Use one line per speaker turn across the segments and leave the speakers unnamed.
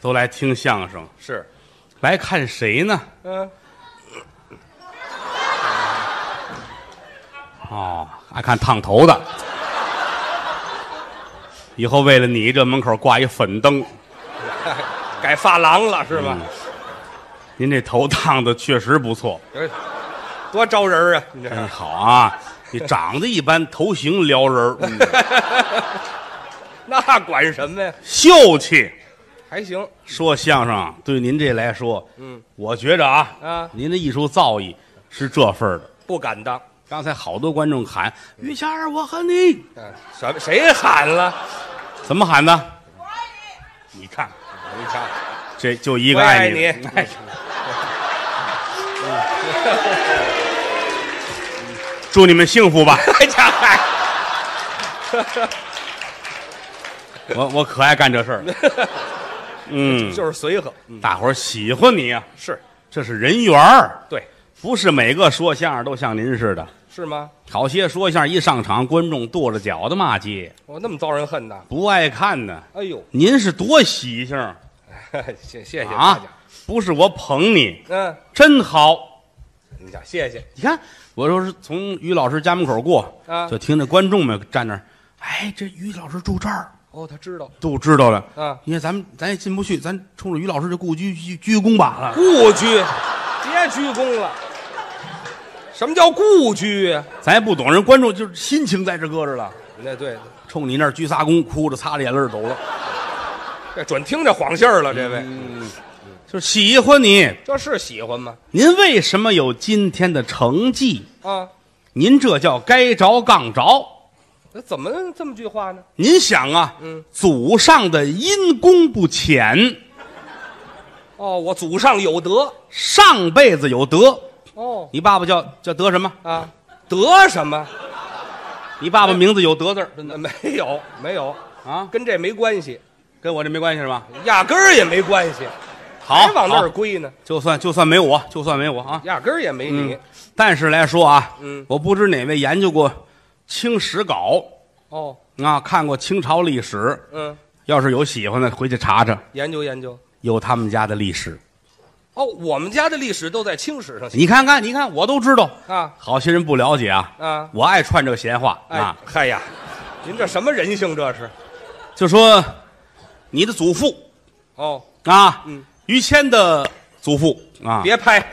都来听相声，
是，
来看谁呢？
嗯，
哦，爱看烫头的。以后为了你，这门口挂一粉灯。
改发廊了是吧？
嗯您这头烫的确实不错，
哎多招人儿啊！你这
嗯，好啊。你长得一般，头型撩人儿，嗯
那管什么呀？
秀气。
还行，
说相声啊对您这来说，嗯，我觉着啊，
啊
您的艺术造诣是这份儿的。
不敢当。
刚才好多观众喊“于谦儿，我和你
嗯，什么？谁喊了？”，
怎么喊的？你看，
你看，
这就一
我
个
爱
爱
你。
你。
哎
祝你们幸福 吧！
家伙，
我我可爱干这事儿了。 嗯，
就是随和，
大伙儿喜欢你啊，
是
这是人缘儿，
对，
不是每个说相声都像您似的。
是吗？
好些说相声一上场，观众跺着脚的骂街，
我那么遭人恨呐！
不爱看的。
哎呦，
您是多喜庆儿
谢谢谢大
啊
家。！
不是我捧你，
嗯，
真好。
你想谢谢
你看，我说是从于老师家门口过，
啊
就听着观众们站那儿，哎，这于老师住这儿，
哦，他知道
都知道了。
啊。
你看咱们咱也进不去，咱冲着于老师这故居鞠鞠躬吧。
故居，别鞠躬了。什么叫故居呀？
咱也不懂，人观众就是心情在这搁着了，
那对，
冲你那儿鞠仨躬，哭着擦着眼泪儿走了，
这准听着晃信儿了，这位，
嗯就是喜欢你。
这是喜欢吗？
您为什么有今天的成绩？
啊，
您这叫该着杠着。
那怎么这么句话呢？
您想啊，
嗯
祖上的因功不浅，
哦，我祖上有德。
上辈子有德。
哦
你爸爸叫叫德什么？
啊，德什么？
你爸爸名字有德字儿，真的
没有，没有，
啊，
跟这没关系，
跟我这没关系是吧？
压根儿也没关系，
好，
还往那儿
好
归呢？
就算就算没我，就算没我啊。
压根儿也没你。
但是来说啊，
嗯
我不知哪位研究过《清史稿
哦，》
啊，看过清朝历史，
嗯，
要是有喜欢的，回去查查，
研究研究。
有他们家的历史。
哦，我们家的历史都在清史上写
你看看，你看，我都知道。
啊
好些人不了解啊，
啊！
我爱串这个闲话
哎
啊，，
嗨呀，您这什么人性这是？
就说你的祖父
哦，
啊
嗯，
于谦的祖父啊，
别拍。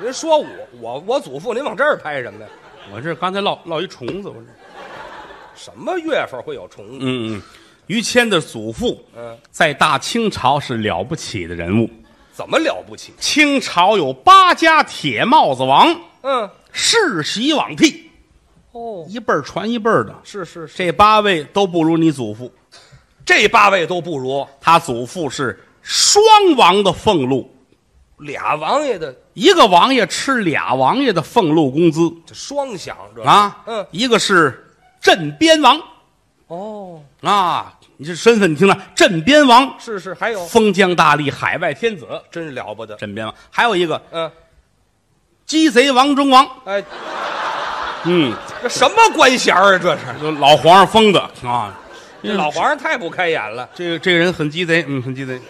您说我我我祖父，您往这儿拍什么呀？
我这刚才落落一虫子，我
嗯
这，
什么月份会有虫子？
嗯嗯，于谦的祖父
嗯，
在大清朝是了不起的人物，
怎么了不起？
清朝有八家铁帽子王。
嗯，
世袭罔替，
哦，
一辈儿传一辈儿的。
是是是，
这八位都不如你祖父，
这八位都不如
他祖父是双王的俸禄，
俩王爷的
一个王爷吃俩王爷的俸禄工资
这双响这是
啊。
嗯，
一个是镇边王
哦，
啊，你这身份你听着，镇边王，
是是，还有
封疆大吏，海外天子，
真是了不得。
镇边王。还有一个
嗯，
鸡贼王中王，
哎，
嗯，
这什么官衔儿啊？这是
就老皇上封的啊。
这老皇上太不开眼了，
这个这个人很鸡贼，嗯，很鸡贼。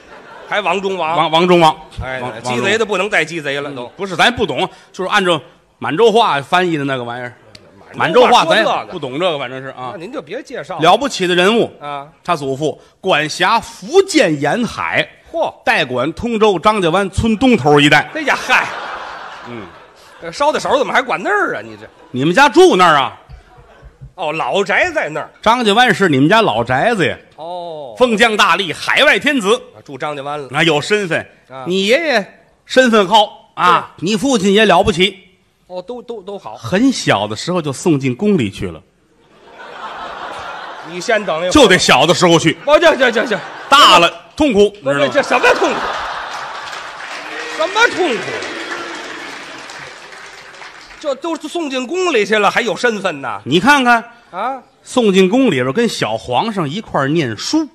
还王中王，
王王中王，王
哎，
王嗯
鸡
中
贼的不能再鸡贼了，都
不是，咱也不懂，就是按照满洲话翻译的那个玩意儿。满洲话
说
咱
这
也
个
不，懂这个，反正是啊
那，您就别介绍
了不起的人物。
啊。
他祖父管辖福建沿海，
嚯，
代管通州张家湾村东头一带。
哎呀嗨，
嗯，
这烧的手怎么还管那儿啊？你这
你们家住那儿啊？
哦，老宅在那儿
张家湾是你们家老宅子呀，
哦，
封疆大吏，海外天子
啊住张家湾了，
啊，有身份
啊。
你爷爷身份高啊，你父亲也了不起，
哦，都都都好。
很小的时候就送进宫里去了，
你先等一会儿，
就得小的时候去，
哦，这这这这，
大了痛苦，你
不
知
是
道吗
这？什么痛苦？什么痛苦？这都送进宫里去了，还有身份呢？
你看看，
啊，
送进宫里边跟小皇上一块儿念书，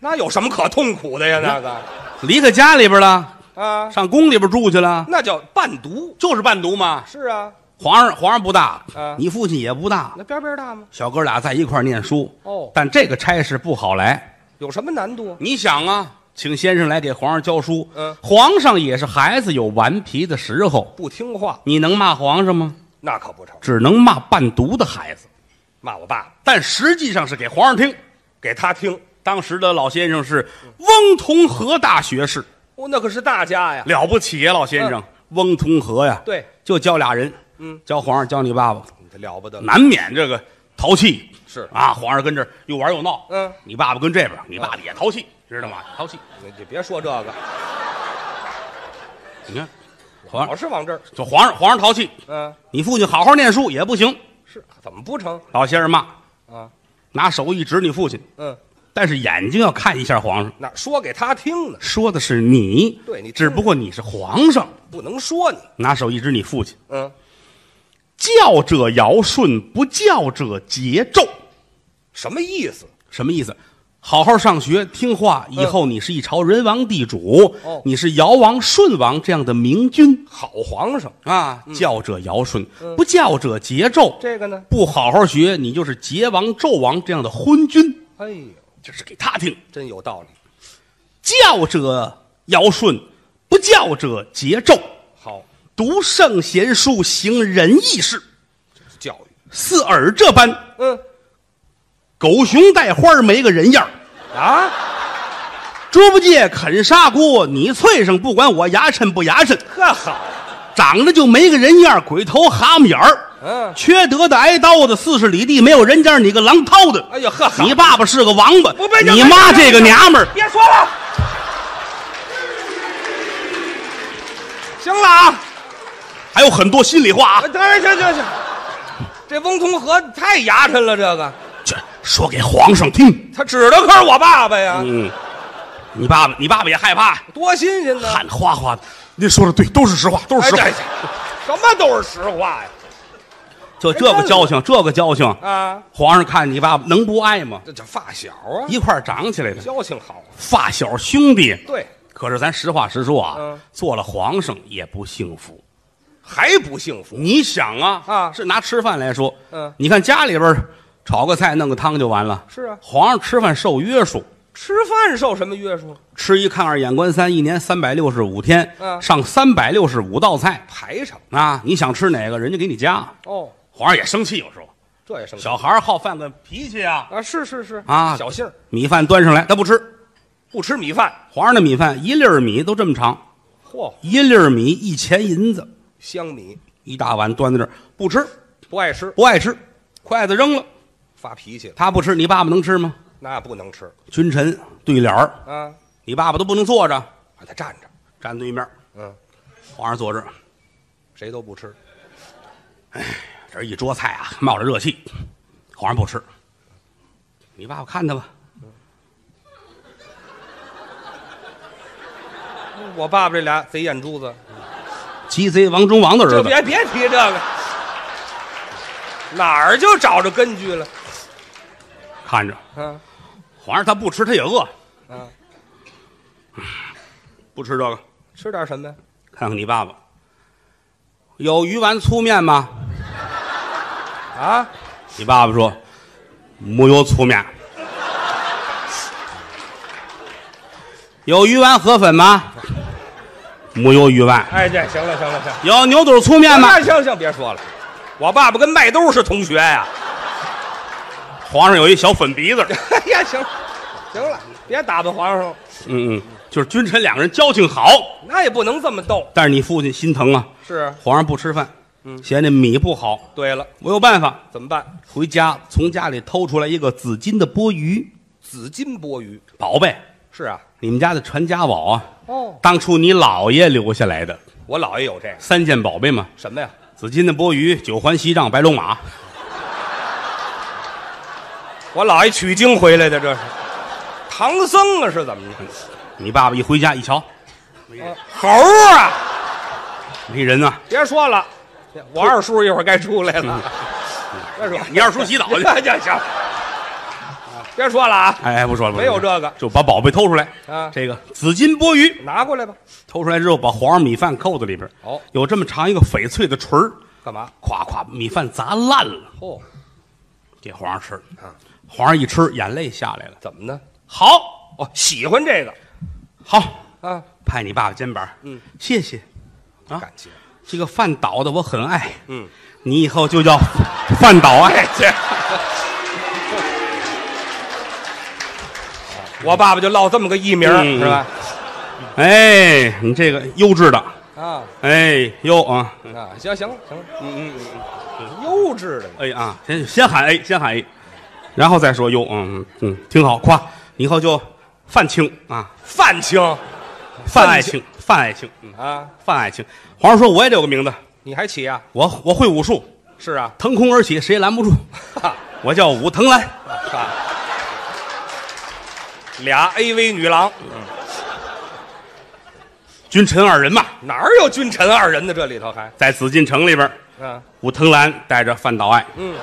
那有什么可痛苦的呀？
嗯
那个
离开家里边了，
啊，
上宫里边住去了，
那叫伴读。
就是伴读嘛。
是啊，
皇上皇上不大
啊，
你父亲也不大，
那边边大吗？
小哥俩在一块儿念书
哦，
但这个差事不好来，
有什么难度啊？
你想啊，请先生来给皇上教书，
嗯
皇上也是孩子，有顽皮的时候，
不听话
你能骂皇上吗？
那可不成，
只能骂伴读的孩子，
骂我爸
但实际上是给皇上听。
给他听，
当时的老先生是翁同龢大学士，
哦，那可是大家呀。
了不起呀，老先生。翁同龢呀，
对，
就教俩人，
嗯，
教皇上，教你爸爸，
你这了不得了，
难免这个淘气。
是
啊，皇上跟这儿又玩又闹，
嗯啊
你爸爸跟这边，你爸爸也淘气，知道吗？淘气，
你你别说这个，
你看，皇
老
上
是往这儿，
就皇上，皇上淘气，
嗯，
你父亲好好念书也不行。
是怎么不成
老先生骂，
啊？
拿手一指你父亲，
嗯，
但是眼睛要看一下皇上，
那说给他听呢，
说的是你，
对你
只不过你是皇上，
不能说你，
拿手一指你父亲，
嗯，
教者尧舜，不教者桀纣，
什么意思？
什么意思？好好上学，听话，以后你是一朝人王地主，
嗯哦
你是尧王、舜王这样的明君
好皇上，
啊！教者尧舜，不教者桀纣，
嗯这个呢？
不好好学，你就是桀王、纣王这样的昏君。
哎呦，
这是给他听。
真有道理，
教者尧舜，不教者桀纣。
好
读圣贤书，行仁义事，
教育，
似尔这般，
嗯
狗熊带花儿没个人样儿
啊，
猪八戒啃砂锅，你脆生不管我牙碜不牙碜，
呵好，
长得就没个人样儿鬼头蛤蟆眼儿，
嗯，
缺德的挨刀的，四十里地没有人家，你个狼掏的。
哎呀呵好，
你爸爸是个王八
不不，
你妈这个娘们儿，
别说了，行了啊。
还有很多心里话啊
啊，，得行行行，这翁同龢太牙碜了，这个
这说给皇上听。
他指的可是我爸爸呀，
嗯，你爸爸，你爸爸也害怕，
多新鲜呢！
汗哗哗的。您说的对，都是实话，都是实话
哎，这。什么都是实话呀！
就这个交情，这个交情，
啊，
皇上看你爸爸能不爱吗？
这叫发小啊，
一块儿长起来的
交情好啊。
发小兄弟。
对，
可是咱实话实说啊
嗯，
做了皇上也不幸福。
还不幸福？
你想啊，
啊
是拿吃饭来说，
嗯
你看家里边儿炒个菜弄个汤就完了，
是啊
皇上吃饭受约束，
吃饭受什么约束？
吃一看二眼观三，一年三百六十五天，
嗯
上三百六十五道菜
排场
啊！你想吃哪个，人家给你加。
哦，
皇上也生气，有时候
这也生气
小孩儿好犯个脾气啊，
啊！是是是
啊
小杏儿
米饭端上来他不吃，
不吃米饭，
皇上的米饭一粒儿米都这么长，
嚯，
一粒儿米一钱银子，
香米
一大碗端在这儿不吃，
不爱吃，
不爱吃，筷子扔了，
发脾气了，
他不吃，你爸爸能吃吗？
那不能吃
君臣对脸儿，
啊！
你爸爸都不能坐着，
把它站着，
站对面，
嗯，
皇上坐这儿，
谁都不吃，
这一桌菜啊，冒着热气，皇上不吃，你爸爸看他吧，
我爸爸这俩贼眼珠子。
鸡贼王中王的
就
儿子，
别别提这个，哪儿就找着根据了？
看着
啊
皇上他不吃，他也饿，
啊，
不吃这个，
吃点什么呀？
看看你爸爸，有鱼丸粗面吗？
啊，
你爸爸说，没有粗面。有鱼丸河粉吗？没有鱼丸。
哎，这行了行了行了，
有牛肚粗面吗？
那行行，别说了，我爸爸跟麦兜是同学呀、
皇上有一小粉鼻子。
哎呀，行了行了，别打扮皇上了，
嗯嗯，就是君臣两个人交情好，
那也不能这么逗。
但是你父亲心疼啊，
是，
皇上不吃饭，
嗯
嫌这米不好，
对了，
我有办法，
怎么办？
回家从家里偷出来一个紫金的钵盂，
紫金钵盂
宝贝，
是啊，
你们家的传家宝啊，
哦，
当初你姥爷留下来的
我姥爷有这个
三件宝贝嘛，
什么呀？
紫金的钵盂、九环锡杖、白龙马，
我姥爷取经回来的，这是唐僧啊，是怎么着？
你爸爸一回家一瞧，
猴儿啊！
没人啊，
别说了，我二叔一会儿该出来了。别说，
你二叔洗澡 去
行行，别说了啊，
哎，不说了，不说了
没有这个
就把宝贝偷出来
啊
这个紫金钵盂
拿过来吧。
偷出来之后，把皇上米饭扣在里边，
哦
有这么长一个翡翠的锤儿，
干嘛？
咵咵米饭砸烂了，
哦，
给皇上吃
啊。
皇上一吃，眼泪下来了。
怎么呢？
好，
哦，喜欢这个
好，
啊，
拍你爸爸肩膀，嗯，谢谢，啊，
感情。
这个饭岛的我很爱，
嗯，
你以后就叫饭岛 爱。
我爸爸就落这么个艺名、
嗯
是吧？
哎，你这个优质的，
啊
哎优啊，
啊，行行了行了，嗯嗯嗯嗯，幼稚的
哎啊，先先喊 A，先喊 A，然后再说优，嗯嗯，挺好，夸，你以后就饭清啊，
范青
饭爱情，饭爱情，嗯，
啊，
饭爱情。皇上说我也得有个名字，
你还起啊？
我我会武术，
是啊，
腾空而起，谁也拦不住，
哈
我叫武藤兰。
哈，俩 AV 女郎
君臣二人嘛，
哪儿有君臣二人的这里头还
在紫禁城里边，
啊？
武藤兰带着范岛爱，
嗯，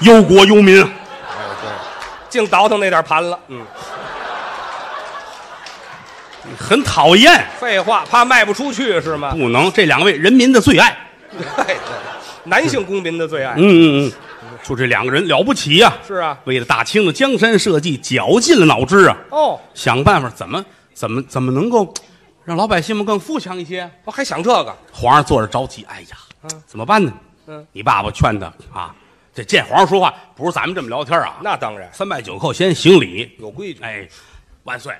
忧国忧民啊，
哎呦对，净倒腾那点盘了。嗯，
很讨厌，
废话，怕卖不出去是吗？
不能这两位人民的最爱。
哎，对，男性公民的最爱
嗯嗯嗯，就这两个人了不起呀、
是啊。
为了大清的江山社稷，绞尽了脑汁啊，
哦，
想办法怎么怎么怎么能够让老百姓们更富强一些。啊
我还想这个，
皇上坐着着急，哎呀，怎么办呢？
嗯，
你爸爸劝他啊，这见皇上说话不是咱们这么聊天啊，
那当然
三拜九叩先行礼，
有规矩。
哎，万岁，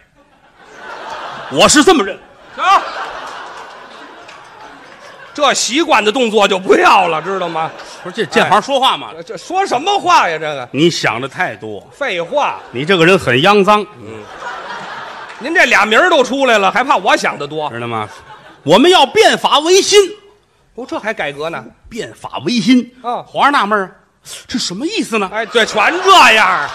我是这么认。
啊，这习惯的动作就不要了，知道吗？
不是这这行说话嘛？
这说什么话呀？这个
你想的太多，
废话，
你这个人很肮脏，
您这俩名儿都出来了，还怕我想的多？
知道吗？我们要变法维新，
哦，这还改革呢？
变法维新。
啊
皇上纳闷儿，这什么意思呢？
哎，对，全这样儿，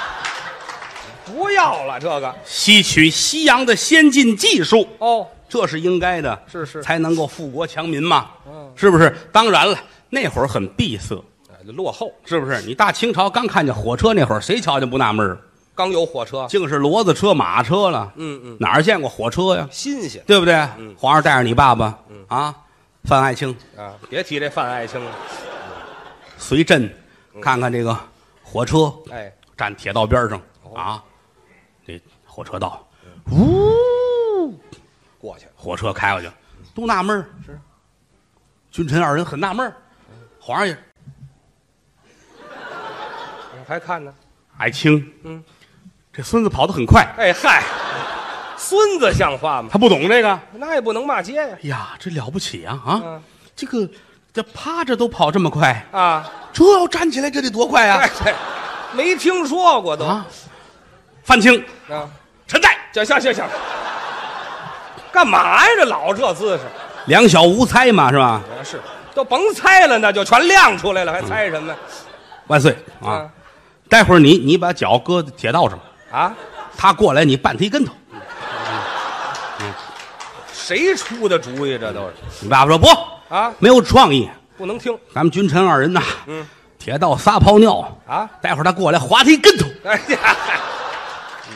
不要了这个。
吸取西洋的先进技术，
哦，
这是应该的，
是是嗯
才能够富国强民嘛，是不是？当然了，那会儿很闭塞，
哎落后，
是不是？你大清朝刚看见火车那会儿，谁瞧见不纳闷儿？
刚有火车，
净是骡子车、马车了，
嗯嗯，
哪儿见过火车呀？
新鲜
对不对？皇上带着你爸爸，
嗯
啊，范爱卿
啊！别提这范爱卿了，
随朕
嗯
看看这个火车，
哎，
站铁道边上
哦
啊，这火车道，呜，
过去了，
火车开过去，都纳闷儿。是，君臣二人很纳闷儿，皇上也
还看呢。
爱卿，
嗯，
这孙子跑得很快，
哎嗨，孙子像话吗？
他不懂这个。
那也不能骂街呀。
哎呀，这了不起啊啊！
嗯
这个这趴着都跑这么快，
啊，
这要站起来这得多快
哎
呀！，
这 没听说过都
啊，范青，
啊！
陈代，
这行行行，干嘛呀？这老这姿势，
两小无猜嘛是吧？
啊是都甭猜了，那就全亮出来了，还猜什么呀？
万岁
嗯
啊！待会儿你你把脚搁铁道上，
啊！
他过来你绊他一跟头。
谁出的主意？这都是
你爸爸说不
啊
没有创意，
不能听
咱们君臣二人呐，
嗯，
铁道撒泡尿，
啊！
待会儿他过来划他一跟头，
哎呀，嗯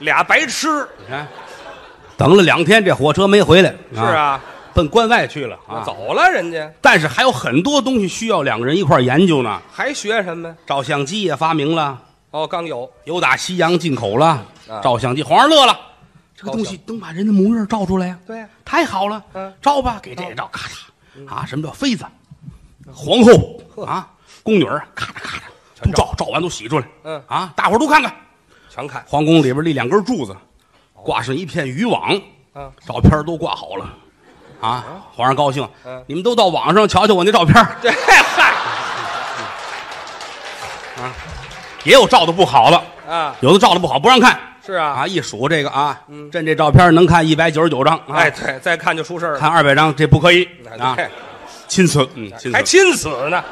俩白痴
你看，等了两天这火车没回来，
是，啊，
奔关外去了啊。
走了人家
但是还有很多东西需要两个人一块儿研究呢，
还学什么呀？
照相机也发明了，
哦，刚有
有打西洋进口了
啊，
照相机，皇上乐了，这个
高
东西能把人的模样照出来呀、
对呀
太好了，
嗯
照吧，给这个照，咔嚓，啊，什么叫妃子、皇后啊、宫女儿，咔嚓咔嚓，都照，照完都洗出来，
嗯
啊，大伙儿都看看，
全看
皇宫里边立两根柱子，挂上一片渔网，
啊！
照片儿都挂好了，啊，皇上高兴
嗯，
你们都到网上瞧瞧我那照片儿，
这嗨
也有照的不好的，
啊，
有的照的不好不让看。
是啊，嗯
啊，一数这个啊，朕这照片能看一百九十九张，啊
哎，对，再看就出事儿了
看二百张这不可以
哎
啊，
对哎
亲存，嗯，亲
还
存。
亲死呢，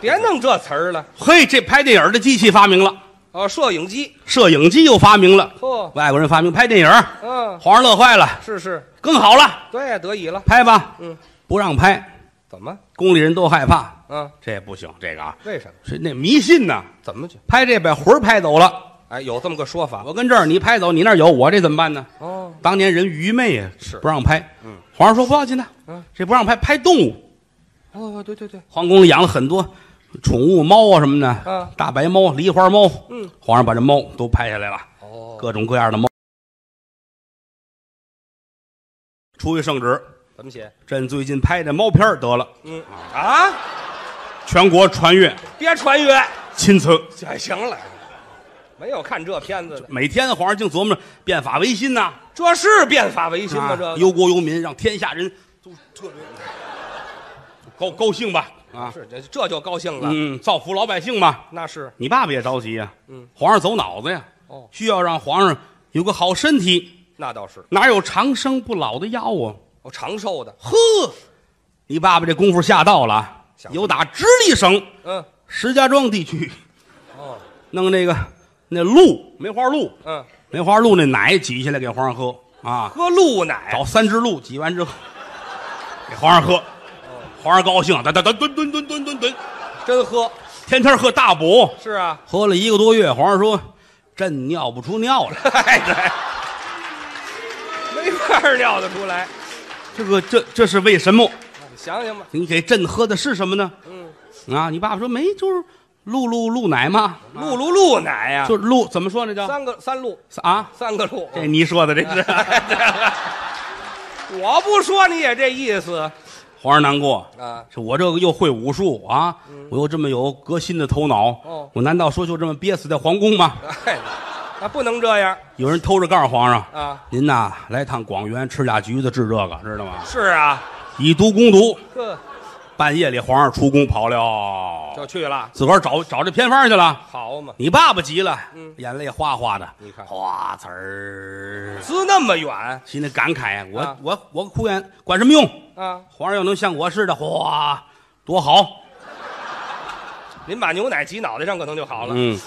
别弄这词儿了。
嘿，这拍电影的机器发明了，
哦，摄影机，
摄影机又发明了，
呵，
外国人发明拍电影，
嗯，
皇上乐坏了，
是是，
更好了，
对，得以了。
拍吧，
嗯，
不让拍，
怎么？
宫里人都害怕，
嗯，
这不行，这个啊，
为什么？
是那迷信呐，
怎么去？
拍这把魂儿拍走了，
哎，有这么个说法。
我跟这儿你拍走，你那儿有，我这怎么办呢？
哦，
当年人愚昧啊，
是
不让拍，嗯，皇上说不要紧的，
嗯，
这不让拍，拍动物。
哦，对对对，
皇宫里养了很多宠物猫啊什么的，
嗯
大白猫、狸花猫，
嗯，
皇上把这猫都拍下来了，
哦，
各种各样的猫。出于圣旨，
怎么写？
朕最近拍的猫片儿得了，
嗯啊，
全国传阅，
别穿越，
钦此。
哎，行了，没有看这片子的，
每天皇上净琢磨着变法维新呐、
这是变法维新吗？
啊
这个
忧国忧民，让天下人都特别高高兴吧啊，
是这这就高兴了，
嗯，造福老百姓吧。
那是
你爸爸也着急呀、
嗯，
皇上走脑子呀，
哦，
需要让皇上有个好身体，
那倒是，
哪有长生不老的药啊？
我长寿的，
呵，你爸爸这功夫下到了啊，
想
有打直隶省
嗯，
石家庄地区
哦，
弄那个那鹿梅花鹿，
嗯，
梅花鹿那奶挤下来给皇上喝啊，
喝鹿奶，
找三只鹿挤完之后给皇上喝，皇上高兴，哒哒哒吨吨吨吨吨吨，
真喝，
天天喝大补，
是啊，
喝了一个多月，皇上说朕尿不出尿来。
哎 对，没法儿尿得出来，
这个这这是为什么？
你想想吧，
你给朕喝的是什么呢？
嗯，
啊，你爸爸说没，就是鹿鹿鹿奶嘛，
鹿鹿鹿奶呀，
就是鹿怎么说那叫
三个三鹿，
啊？
三个鹿，
这你说的这 是
我不说你也这意思
皇上难过，
啊，
是我这个又会武术啊，我又这么有革新的头脑，
嗯哦
我难道说就这么憋死在皇宫吗？
哎，那不能这样
有人偷着告诉皇上，
啊，
您呐来趟广元吃俩橘子治这个，知道吗？
是啊，
以毒攻毒，
这
半夜里皇上出宫跑了，
就去了，
自个儿找找这偏方去了。
好嘛，
你爸爸急了，
嗯
眼泪哗哗的，
你看
哗呲儿，
滋那么远
心里感慨，我、
啊
我我哭眼管什么用？
啊，
皇上要能像我似的，哗，多好！
您把牛奶挤脑袋上可能就好了、
嗯，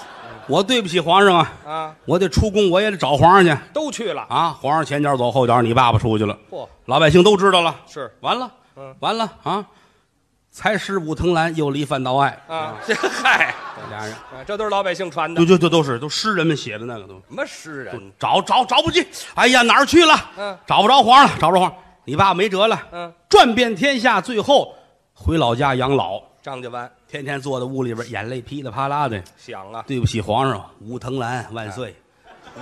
我对不起皇上啊，
啊，
我得出宫，我也得找皇上去
都去了，
啊！皇上前脚走，后脚你爸爸出去了，
嚯、
老百姓都知道了，
是
完了，
嗯
完了啊！才十五藤兰，又离范道爱，
啊，这 嗨，
这俩人
啊这都是老百姓传的
就，就就都是都诗人们写的那个都
什么诗人？
找找找不进，哎呀哪儿去了？
哎嗯
找不着皇上了，找不着皇上，你爸爸没辙了，
嗯，
转遍天下，最后回老家养老，
张家湾
天天坐在屋里边，眼泪噼里啪啦的。
想啊，
对不起，皇上，武藤兰万岁！
哎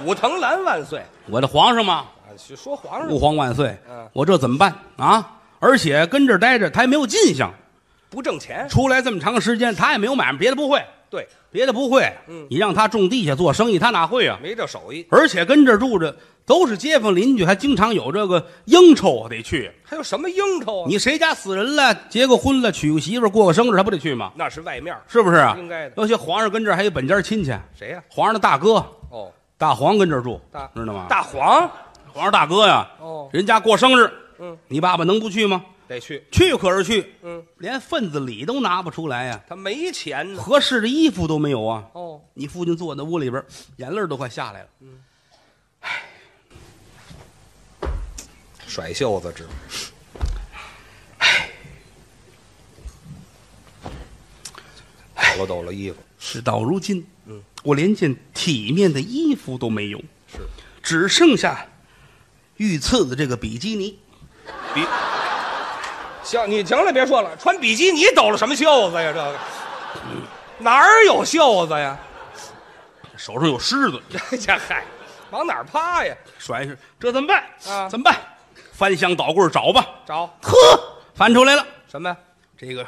武藤兰万岁
我的皇上嘛，
啊，去说皇上
吾皇万岁
嗯！
我这怎么办啊？而且跟这儿待着，他也没有进项，
不挣钱，
出来这么长时间，他也没有买卖，别的不会，
对，
别的不会。
嗯
你让他种地下做生意，他哪会啊？
没这手艺，
而且跟这儿住着都是街坊邻居，还经常有这个应酬得去。
还有什么应酬啊？
你谁家死人了，结过婚了，娶个媳妇儿，过个生日，他不得去吗？
那是外面儿
是不是啊？
应该的
尤其皇上跟这儿还有本家亲戚，
谁呀、
皇上的大哥
哦，
大黄跟这儿住
大，
知道吗？
大黄
皇上大哥呀，
哦，
人家过生日，
嗯，
你爸爸能不去吗？
得去，
去可是去，
嗯，
连份子礼都拿不出来呀、
他没钱呢，
合适的衣服都没有啊！
哦，
你父亲坐在屋里边，眼泪儿都快下来了。
甩袖子直，唉，抖了抖了衣服，
事到如今，嗯，我连件体面的衣服都没有，
是
只剩下御赐的这个比基尼。
比。行，你行了，别说了，穿比基尼抖了什么袖子呀？这个哪儿有袖子呀？
手上有虱子，
这家嗨，往哪儿趴呀？
甩一下，这怎么办？
啊
怎么办？翻箱倒柜儿找吧。
找
呵，翻出来了，
什么呀？
这个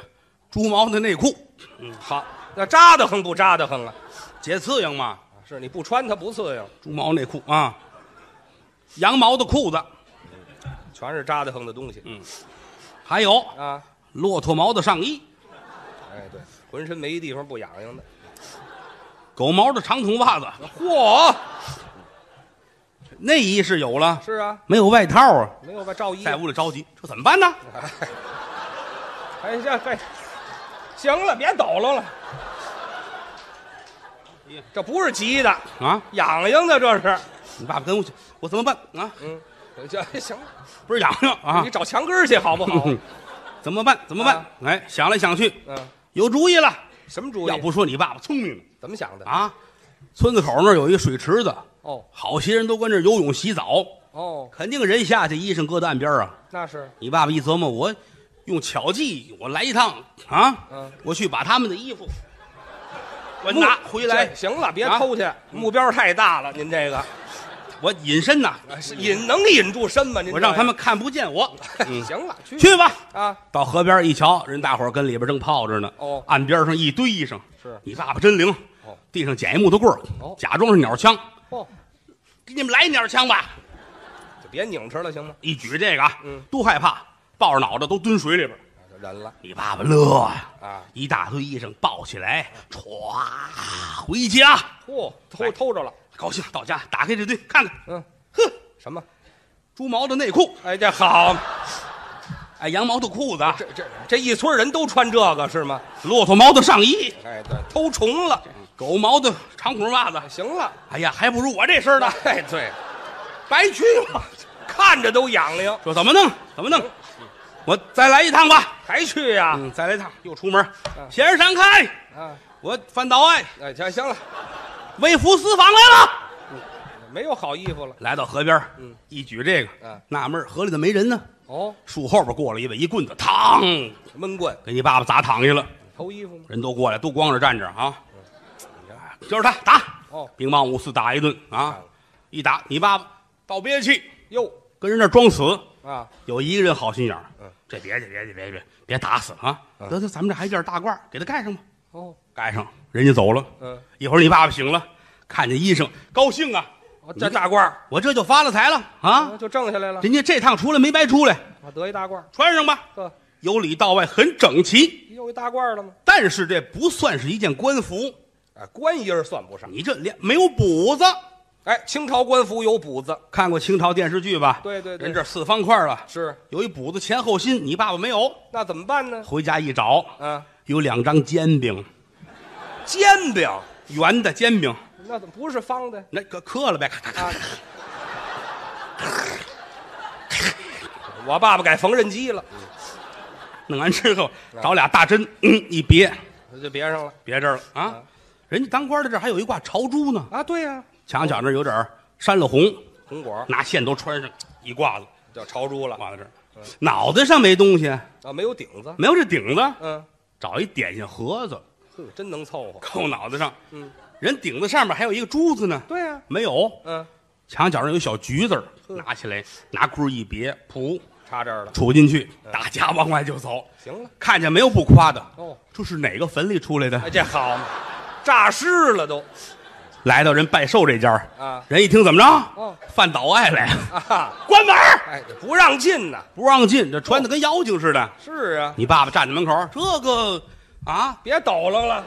猪毛的内裤，
好，那扎得很不扎得很啊？
解刺痒嘛。
是你不穿它不刺痒，
猪毛内裤啊，羊毛的裤子，
全是扎得很的东西。
还有
啊，
骆驼毛的上衣，
哎，对，浑身没一地方不痒痒的。
狗毛的长筒袜子，
嚯，
内衣是有了，
是啊，
没有外套啊，
没有吧？赵一，
在屋里着急，这怎么办呢？
哎呀，哎，行了，别抖搂了，这不是急的，
啊，
痒痒的这是。
你爸爸跟我去，我怎么办啊？
嗯，这行了，
不是痒痒啊
你，找墙根儿去好 不好？
怎么办？怎么办
啊？
哎，想来想去，
嗯，
有主意了。
什么主意？
要不说你爸爸聪明呢
怎么想的？
啊，村子口那儿有一水池子，
哦
好些人都跟这儿游泳洗澡，
哦，
肯定人下去，衣裳搁在岸边儿啊。
那是，
你爸爸一琢磨，我用巧计，我来一趟啊，
嗯，
我去把他们的衣服，我拿回来
这。行了，别
啊
偷去，目标太大了，您这个
我隐身呐，
哎是引能引住身吗？您
啊我让
这
他们看不见我。
样行了，去
去吧，
啊！
到河边一瞧，人大伙儿跟里边正泡着呢。
哦
岸边上一堆衣裳。
是
你爸爸真灵。
哦，
地上捡一木头棍儿
哦
假装是鸟枪，
哦，
给你们来一鸟枪吧。
就别拧吃了，行吗？
一举这个啊，
嗯
都害怕，抱着脑袋都蹲水里边儿。
啊就忍了
你爸爸乐呀、
啊！
一大堆衣裳抱起来，歘，回家
嚯、偷偷着了，
高兴。到家打开这堆看看，
嗯，
呵，
什么？
猪毛的内裤，
哎，这好，
哎，羊毛的裤子啊，
这这这一村人都穿这个是吗？
骆驼毛的上衣，
哎，对，偷虫了，
狗毛的长筒袜子。
行了，
哎呀，还不如我这身儿呢，
哎，对，
白去了。
看着都痒痒，
说怎么弄？怎么弄？我再来一趟吧。
还去呀、
嗯，再来一趟，又出门。
嗯
先生闪开！
啊，
我翻倒哎，
哎，行行了，
微服私访来了。
没有好衣服了。
来到河边，
嗯，
一举这个，
嗯，
纳闷儿河里怎么没人呢？
哦，
树后边过来一位，一棍子，嘡，
闷棍
给你爸爸砸躺下了。
偷衣服吗？
人都过来，都光着站着啊，就是他打，
哦，
兵乓五四打一顿啊，一打你爸爸倒憋气，
哟
跟人那儿装死。
啊，
有一个人好心眼儿
嗯，
这别去，别去，别去，别打死了啊！得得，咱们这还一件大褂儿，给他盖上吧。
哦，
盖上，人家走了。
嗯，
一会儿你爸爸醒了，看见医生，高兴啊，
哦这大褂儿
我这就发了财了啊！
啊就挣下来了，
人家这趟出来没白出来，
我得一大褂儿，
穿上吧，
呵，
由里到外很整齐。
又一大褂儿了吗？
但是这不算是一件官服，
哎，官衣儿算不上。
你这连没有补子。
哎，清朝官服有补子，
看过清朝电视剧吧？
对对对
人这四方块了，
是，
有一补子前后心，你爸爸没有。
那怎么办呢？
回家一找，
啊，
有两张煎饼，
煎饼，
圆的煎饼，
那怎么不是方的
那可磕了呗，咔咔咔
啊？我爸爸改缝纫机了，
弄完之后
啊
找俩大针，嗯，一别，
就别上了
别这儿了啊
啊。
人家当官的这儿还有一挂朝珠呢，
啊。对呀、
墙角那儿有点儿山了红，
红果儿
拿线都穿上一挂子，
叫朝珠了
挂在这儿，脑袋上没东西，
啊，没有顶子。
没有这顶子，
嗯，
找一点心盒子
呵，真能凑合。
扣脑袋上，
嗯，
人顶子上面还有一个珠子呢，
对呀、
没有，
嗯，
墙角上有小橘子儿，拿起来拿箍一别，噗，
插这儿了，
杵进去，
嗯
大家往外就走，
行了。
看见没有不夸的，
哦，
这是哪个坟里出来的？
哎，这好嘛，诈尸了都
来到人拜寿这家儿
啊
人一听怎么
哦
着，犯倒爱来，
啊哈！
关门儿，
哎，不让进呐。
不让进，这穿的跟妖精似的。
是啊，
你爸爸站在门口儿，这个啊
别抖楞了。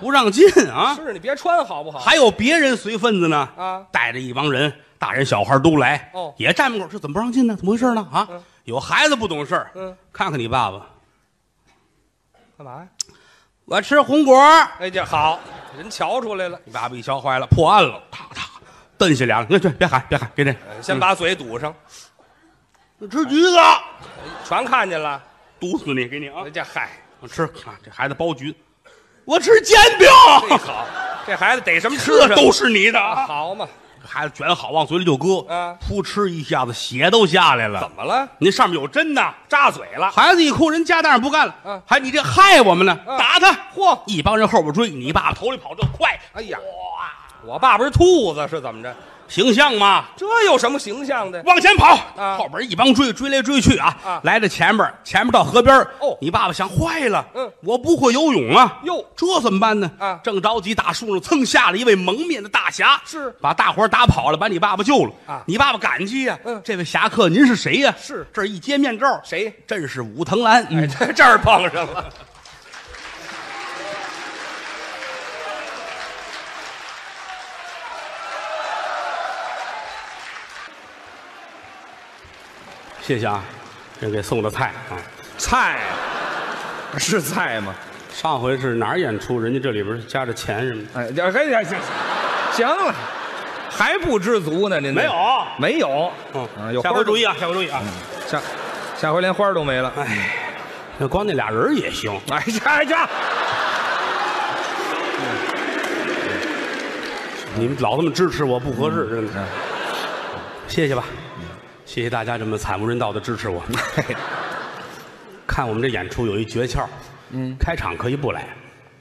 不让进啊，
是你别穿好不好？
还有别人随份子呢，
啊，
带着一帮人，大人小孩都来，
哦
也站门口儿，这怎么不让进呢？怎么回事呢？啊，
嗯
有孩子不懂事儿，
嗯，
看看你爸爸，
干嘛呀？
我吃红果儿。
哎，这好，人瞧出来了，
你爸爸一瞧坏了，破案了，啪啪，蹬下俩，哎，对，别喊，别喊，别这样，
哎先把嘴堵上，
吃橘子，
全看见了。
毒死你，给你啊
哎，，这嗨，
我吃啊，这孩子剥橘子，我吃煎饼，
这好，这孩子逮什么吃
这
什么，
都是你的啊。
好嘛？
孩子卷好往嘴里就搁，
啊
扑哧一下子血都下来
怎
了。
么了？
您上面有针呐！
扎嘴了？
孩子一哭，人家大人不干了，
啊嗯
还你这害我们呢，
嗯
打他！
嚯！
一帮人后边追，你爸爸头里跑，这快，
哎呀
哇，
我爸爸是兔子是怎么着？
形象嘛，
这有什么形象的？
往前跑，
啊
后边一帮追，追来追去啊，
啊
来到前边，前面到河边，
哦
你爸爸想坏了，
嗯
我不会游泳啊，
哟
这怎么办呢？
啊
正着急，大树上蹭下了一位蒙面的大侠，
是
把大伙儿打跑了，把你爸爸救了
啊
你爸爸感激呀、
嗯
这位侠客您是谁呀、
是
这儿一揭面罩，
谁？
朕是武藤兰，
哎，
嗯，
这这儿碰上了。
谢谢啊，这给送的菜啊。
菜是菜吗？
上回是哪儿演出？人家这里边加着钱什么的，
哎，这嘿，行行了，还不知足呢？您这
没有，
没有，啊
嗯，
有
下
花
回
儿
注意啊，下回注意啊。
下下回连花儿都没了。
那光那俩人儿也行，
哎呀呀，
你们老这么支持我不合适，真的。谢谢吧，谢谢大家这么惨无人道的支持我。看我们这演出有一诀窍，嗯，开场可以不来，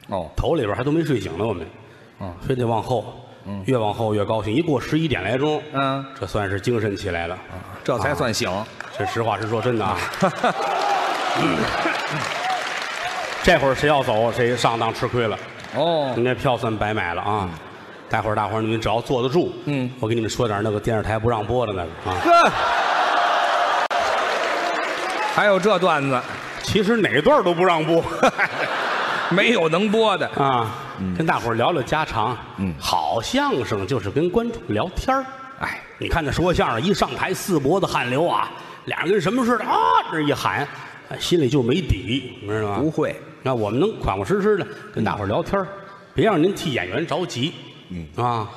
哦
头里边还都没睡醒呢，我们，
嗯
非得往后，越往后越高兴。一过十一点来钟，
嗯，
这算是精神起来了。
这才算醒。
这实话实说，真的啊。嗯这会儿谁要走，谁上当吃亏了。
哦
您这票算白买了啊！待会儿大伙儿你们只要坐得住，
嗯，
我给你们说点那个电视台不让播的那个啊。
呵，还有这段子，
其实哪段都不让播
没有能播的。
啊，
嗯
跟大伙儿聊聊家常。嗯，好相声就是跟观众聊天儿。
哎，
你看那说相声一上台，四脖子汗流啊，俩人跟什么似的啊，这一喊，哎心里就没底，你知道吗？
不会，
那我们能款款实实的跟大伙儿聊天儿别让您替演员着急。嗯啊，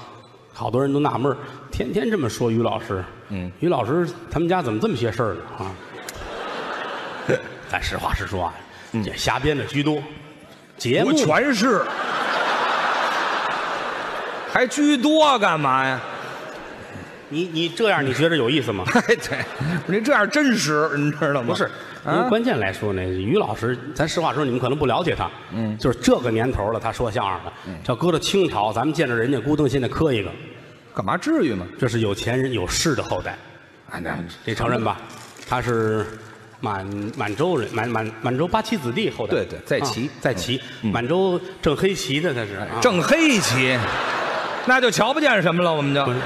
好多人都纳闷儿天天这么说于老师。嗯，于老师他们家怎么这么些事儿呢？ 啊，咱实话实说啊，这瞎编的居多。节目
不全是，还居多干嘛呀？
你你这样你觉着有意思 吗？
哎，对，您这样真实，你知道吗？
不是，因为
啊，
关键来说呢，于老师，咱实话说，你们可能不了解他，嗯，就是这个年头了，他说相声的，这搁到清朝，咱们见着人家咕噔现在磕一个，
干嘛至于吗？
这是有钱人有势的后代，
哎，那
得承认吧？他是满满洲人，满满满洲八旗子弟后代，
对对在旗嗯
啊在旗，满洲正黑旗的他是啊
正黑旗，那就瞧不见什么了，我们就
不是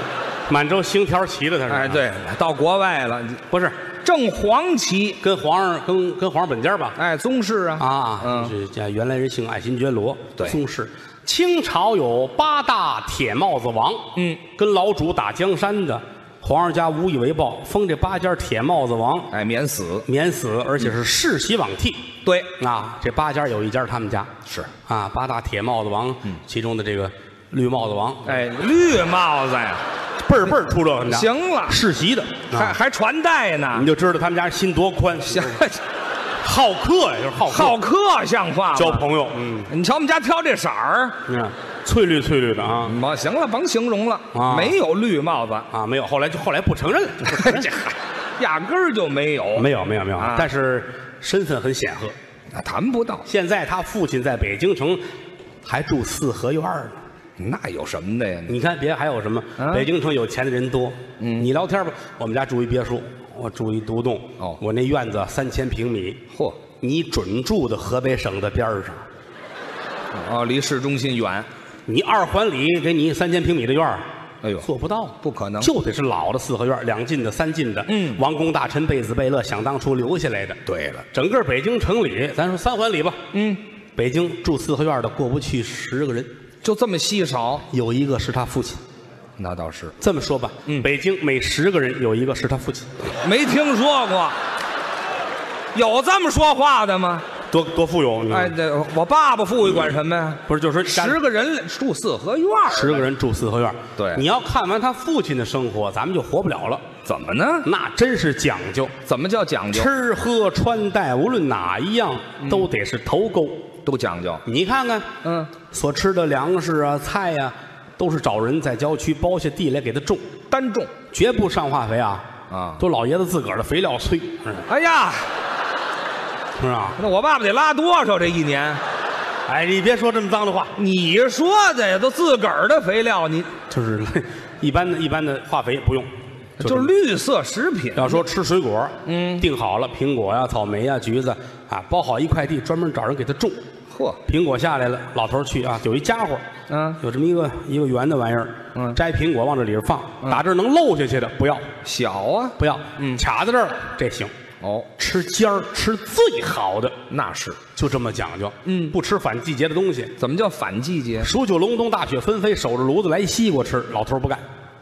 满洲星条旗的他是，啊
哎，对，，到国外了，
不是
正黄旗，
跟皇上跟跟皇上本家吧？
哎，宗室啊，
啊，
嗯，
这家原来人姓爱新觉罗，
对
宗室。清朝有八大铁帽子王，
嗯，
跟老主打江山的，皇上家无以为报，封这八家铁帽子王
哎，免死，
免死，而且是世袭罔替。
对，
啊，这八家有一家是他们家
是
啊，八大铁帽子王，
嗯
其中的这个绿帽子王，
哎，绿帽子呀，
辈儿辈儿出这个他们家，
行了，
世袭的，
还
啊
还传代呢
你，就知道他们家心多宽，
行，
好客呀，就是好客
好客啊像话吗？
交朋友，嗯，
你瞧我们家挑这色儿，
你看翠绿翠绿的啊，
我行了，甭形容了，
啊
没有绿帽子，
啊，没有，后来就后来不承认了。
这压根儿就没有，
没有没有没有
啊，
但是身份很显赫。
那谈不到，
现在他父亲在北京城还住四合院呢。
那有什么的呀？
你看别还有什么
啊？嗯
北京城有钱的人多。你聊天吧。我们家住一别墅，我住一独栋。
哦
我那院子三千平米，
嚯，
你准住的河北省的边儿上。
哦，离市中心远，
你二环里给你三千平米的院儿，
哎呦，
做不到。
不可能，
就得是老的四合院，两进的、三进的，
嗯
王公大臣、贝子贝勒想当初留下来的，
对了，
整个北京城里，咱说三环里吧，
嗯，
北京住四合院的过不去十个人，
就这么稀少，
有一个是他父亲。
那倒是
这么说吧，
嗯
北京每十个人有一个是他父亲，
没听说过，有这么说话的吗？
多多富有。你看
哎，这我爸爸富裕管什么呀？
不是，就是说家
十个人住四合院儿，
嗯十个人住四合院，
对
你要看完他父亲的生活，咱们就活不了了。
怎么呢？
那真是讲究，
怎么叫讲究？
吃喝穿戴，无论哪一样都得是头钩。
都讲究，
你看看，
嗯，
所吃的粮食啊、菜呀、都是找人在郊区包下地来给他种，
单种
绝不上化肥啊。
啊。
都老爷子自个儿的肥料催，嗯
哎呀，
是吧？
那我爸爸得拉多少这一年？
哎，你别说这么脏的话，
你说的呀，都自个儿的肥料，你
就是 一般的、一般的化肥不用，就啊
就是
这么
绿色食品，
要说吃水果，嗯，定好了苹果呀、草莓呀、橘子啊，包好一块地，专门找人给他种。
嚯，
苹果下来了，老头儿去啊，有一家伙，
嗯
有这么一个一个圆的玩意儿，
嗯
摘苹果往这里边放，打这儿能漏下去的不要，
小啊，
不要，
嗯
卡在这儿这行，
哦，
吃尖儿吃最好的，
那是
就这么讲究，
嗯
不吃反季节的东西。
怎么叫反季节？
数九隆冬大雪纷飞，守着炉子来西瓜吃，老头儿不干，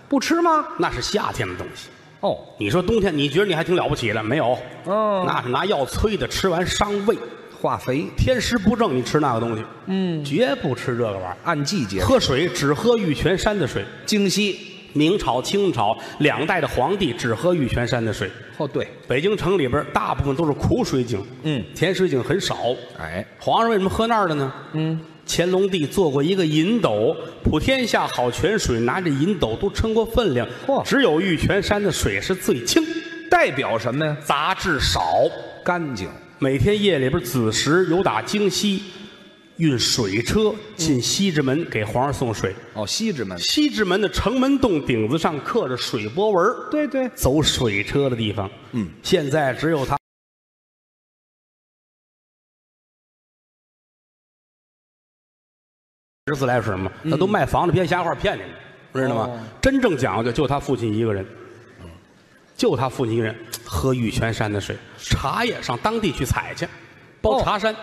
不吃吗？
那是夏天的东西。
哦，
你说冬天，你觉得你还挺了不起的？没有，
嗯
那是拿药催的，吃完伤胃，
化肥
天时不正，你吃那个东西，嗯，绝不吃这个玩意儿。
按季节，
喝水只喝玉泉山的水，
京西，
明朝、清朝两代的皇帝只喝玉泉山的水。
哦对，
北京城里边大部分都是苦水井，
嗯
甜水井很少。
哎，
皇上为什么喝那儿的呢？嗯，乾隆帝做过一个银斗，普天下好泉水，拿这银斗都称过分量。
嚯
只有玉泉山的水是最清，
代表什么呀？
杂质少。
干净，
每天夜里边子时，有打京西运水车进西直门给皇上送水。
哦，西直门，
西直门的城门洞顶子上刻着水波纹儿
对对，
走水车的地方。
嗯，
现在只有它。十自来水嘛，那都卖房子，编瞎话骗你们，知道吗？真正讲究就他父亲一个人，就他父亲一个人喝玉泉山的水，茶叶上当地去采去，包茶山。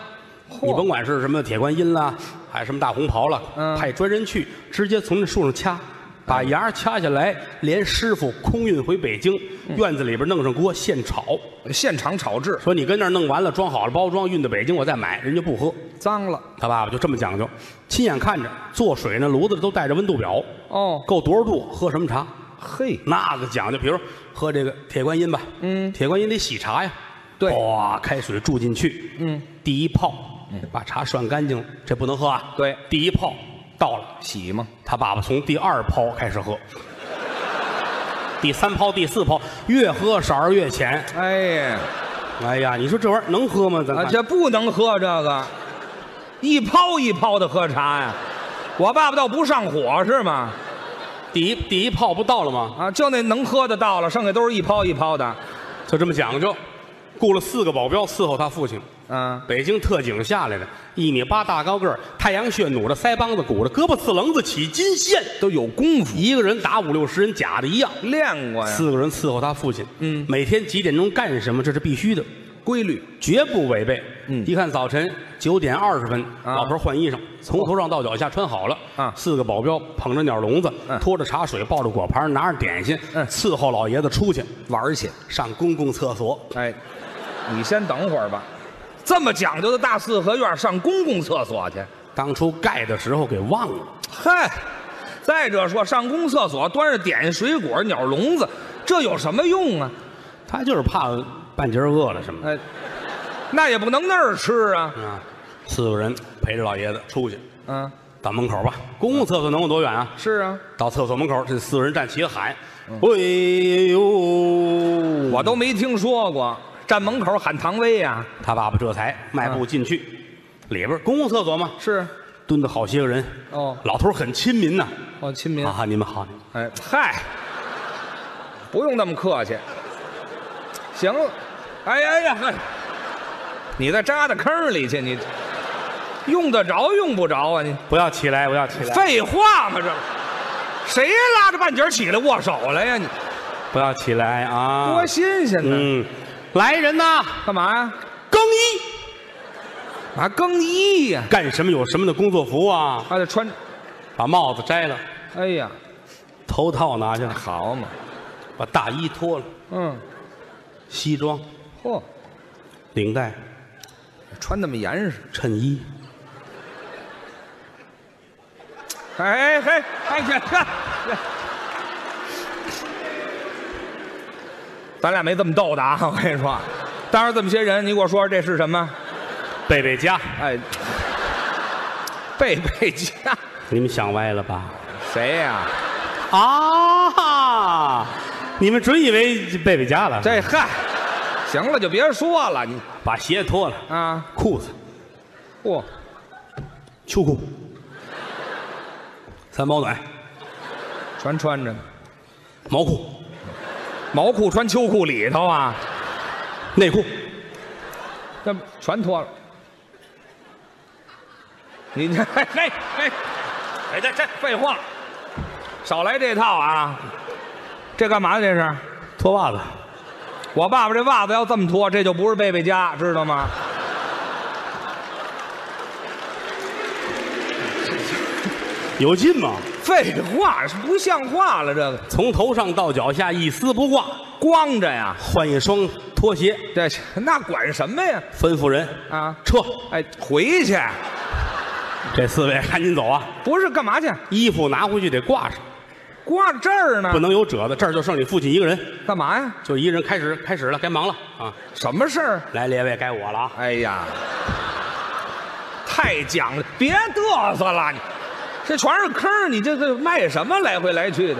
你甭管是什么铁观音啦，还是什么大红袍啦，
嗯
派专人去，直接从那树上掐，把芽掐下来，连师傅空运回北京，
嗯
院子里边弄上锅现炒。
现场炒制，
说你跟那儿弄完了，装好了包装，运到北京我再买，人家不喝。
脏了
他爸爸就这么讲究，亲眼看着做水那炉子都带着温度表，
哦，
够多少度喝什么茶，
嘿，
那个讲究。比如喝这个铁观音吧，嗯，铁观音得洗茶呀，
对
哇，开水注进去，嗯，第一泡，把茶涮干净了，这不能喝啊，
嗯对
第一泡到了，
洗吗？
他爸爸从第二泡开始喝，第三泡、第四泡越喝色儿越浅，
哎，
哎呀，你说这玩意儿能喝吗？咱
啊，
看
这不能喝这个，一泡一泡的喝茶呀。我爸爸倒不上火是吗？
第一第一泡不到了吗？
啊，就那能喝的到了，剩下都是一泡一泡的。
就这么讲究，雇了四个保镖伺候他父亲。
嗯，
北京特警下来的，一米八大高个儿，太阳穴努着，腮帮子鼓着，胳膊刺棱子起金线，
都有功夫，
一个人打五六十人，假的一样。
练过呀。
四个人伺候他父亲，嗯，每天几点钟干什么，这是必须的，
规律，
绝不违背。嗯，一看早晨九点二十分，老头换衣裳，从头上到脚下穿好了。
啊
四个保镖捧着鸟笼子，拖着茶水，抱着果盘，拿着点心，伺候老爷子出去
玩儿去。
上公共厕所。
哎，你先等会儿吧。
这么讲究的大四合院上公共厕所去？
当初盖的时候给忘了，
嗨，再者说上公厕所端着点心、水果、鸟笼子，这有什么用啊？
他就是怕半截儿饿了什么的。
哎，那也不能那儿吃啊。
啊，四个人陪着老爷子出去，
嗯，
到门口吧。公共厕所能有多远啊？
是啊，
到厕所门口，这四个人站起了喊：“哎呦！”我
我都没听说过站门口喊唐薇呀、
他爸爸这才迈步进去，里边公共厕所嘛，
是，
蹲着好些个人。
哦
老头很亲民呐，
哦，亲民。
啊，你们好，
哎，嗨，
不用那么客气。
行了，哎呀呀，哎你再扎到坑里去，你用得着用不着啊？你
不要起来，不要起来，
废话嘛，这谁拉着半截儿起来握手来呀？你
不要起来啊！
多新鲜呢！
嗯，来人呐，
干嘛呀？
更衣，
啊，更衣呀、
干什么有什么的工作服啊，
还得穿。
把帽子摘了，
哎呀，
头套拿下来，
好嘛，
把大衣脱了，
嗯，
西装、
嚯，
领带、
穿那么严实，
衬衣。
哎嘿，哎这这，咱俩没这么逗的啊！我跟你说，当着这么些人，你给我说说这是什么？
贝贝佳，
哎，
贝贝佳，
你们想歪了吧？
谁呀、
啊，你们准以为贝贝佳了，
这嗨，
行了，就别说了，你
把鞋脱了，
啊，
裤子、
嚯，
秋裤、三保暖、
全穿着呢
毛裤、
毛裤穿秋裤里头啊，
内裤，
这全脱了。你这嘿嘿嘿，哎这这废话，少来这套啊！这干嘛呢？这是？
脱袜子，
我爸爸这袜子要这么脱，这就不是贝贝家，知道吗？
有劲吗？
废话，不像话了，这个
从头上到脚下一丝不挂，
光着呀，
换一双拖鞋，
这那管什么呀？
吩咐人
啊，
撤，
哎，回去
这四位赶紧走啊！
不是干嘛去？
衣服拿回去得挂上，
挂这儿呢
不？能有褶子，这儿就剩你父亲一个人，
干嘛呀？
就一个人开始开始了，该忙了啊！
什么事儿？
来，列位，该我了啊！
哎呀，
太讲了，别嘚瑟了，你这全是坑儿，你这这卖什么来回来去的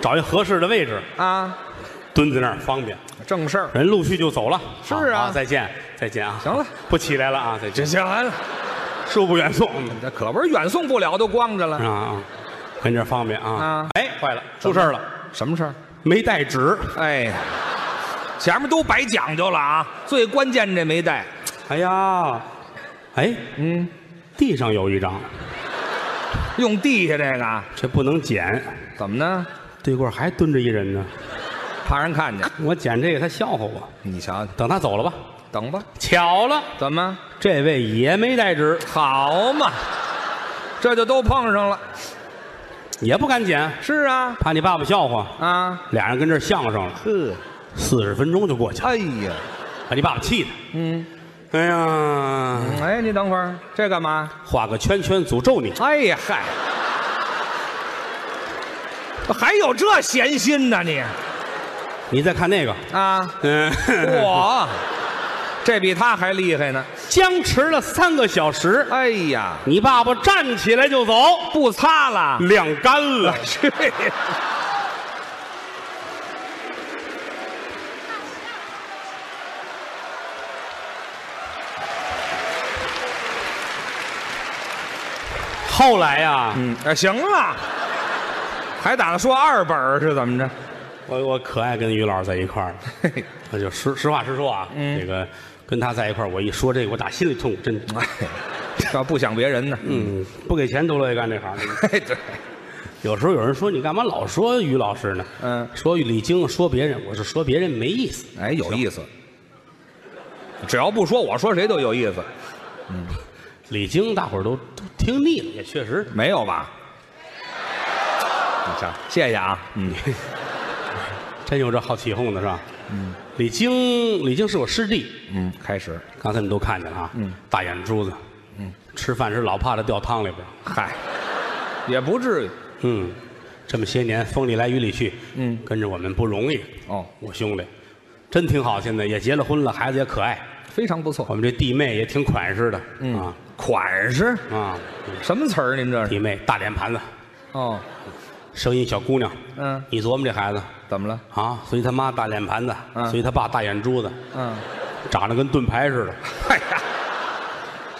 找一合适的位置，
啊？
蹲在那儿方便。
正事儿。
人陆续就走了。
是啊
再见，再见啊！
行了，
不起来了啊！再见。
行了，
师傅远送
这可不是远送不了，都光着了。
啊，跟这儿方便啊
啊。
哎，坏了，出事儿了，
什么事儿？
没带纸。
哎，前面都白讲究了啊，最关键这没带。
哎呀，哎，
嗯，
地上有一张，
用地下这个啊
这不能捡。
怎么呢？
对过还蹲着一人呢，
怕人看见。
我捡这个他笑话我。
你瞧瞧，
等他走了吧。
等吧。
巧了，
怎么？
这位也没带纸，
好嘛，这就都碰上了。
也不敢捡，
是啊，
怕你爸爸笑话。
啊，
俩人跟这儿相声了，
呵，
四十分钟就过去了，
哎呀，
把你爸爸气的。
嗯，
哎呀，
哎，你等会儿，这干嘛？
画个圈圈诅咒你。
哎呀，嗨，还有这闲心呢你
你再看那个，
啊？
嗯，
我 这比他还厉害呢。
僵持了三个小时，
哎呀，
你爸爸站起来就走，
不擦了。
晾干了。
去，
后来啊呀、
嗯， 哎，行了，还打算说二本儿是怎 么着？
我我可爱跟于老师在一块 儿了，那就实实话实说啊，
嗯
这个跟他在一块儿，我一说这个，我打心里痛，真的，
要哎不想别人呢？
嗯，不给钱都乐意干这行。
哎，对，
有时候有人说你干嘛老说于老师呢？
嗯
说李菁，说别人，我是说别人没意思。
哎，有意思。只要不说，我说谁都有意思，
李菁大伙儿都都听腻了，也确实
没有吧？你瞧，谢谢啊。嗯，
真有这好起哄的是吧？嗯，李菁，李菁是我师弟，
嗯，开始。
刚才你们都看见了啊，嗯，大眼珠子，嗯，吃饭时老怕他掉汤里边儿，
嗨，也不至于。
嗯，这么些年风里来雨里去，嗯，跟着我们不容易，
哦，
我兄弟，真挺好，现在也结了婚了，孩子也可爱，
非常不错。
我们这弟妹也挺款式的，啊
款式
啊，
什么词儿？您这是？
弟妹大脸盘子，
哦，
生一小姑娘，
嗯，
你琢磨这孩子
怎么了？
啊，随他妈大脸盘子，
嗯
随他爸大眼珠子，
嗯，
长得跟盾牌似的，
哎呀，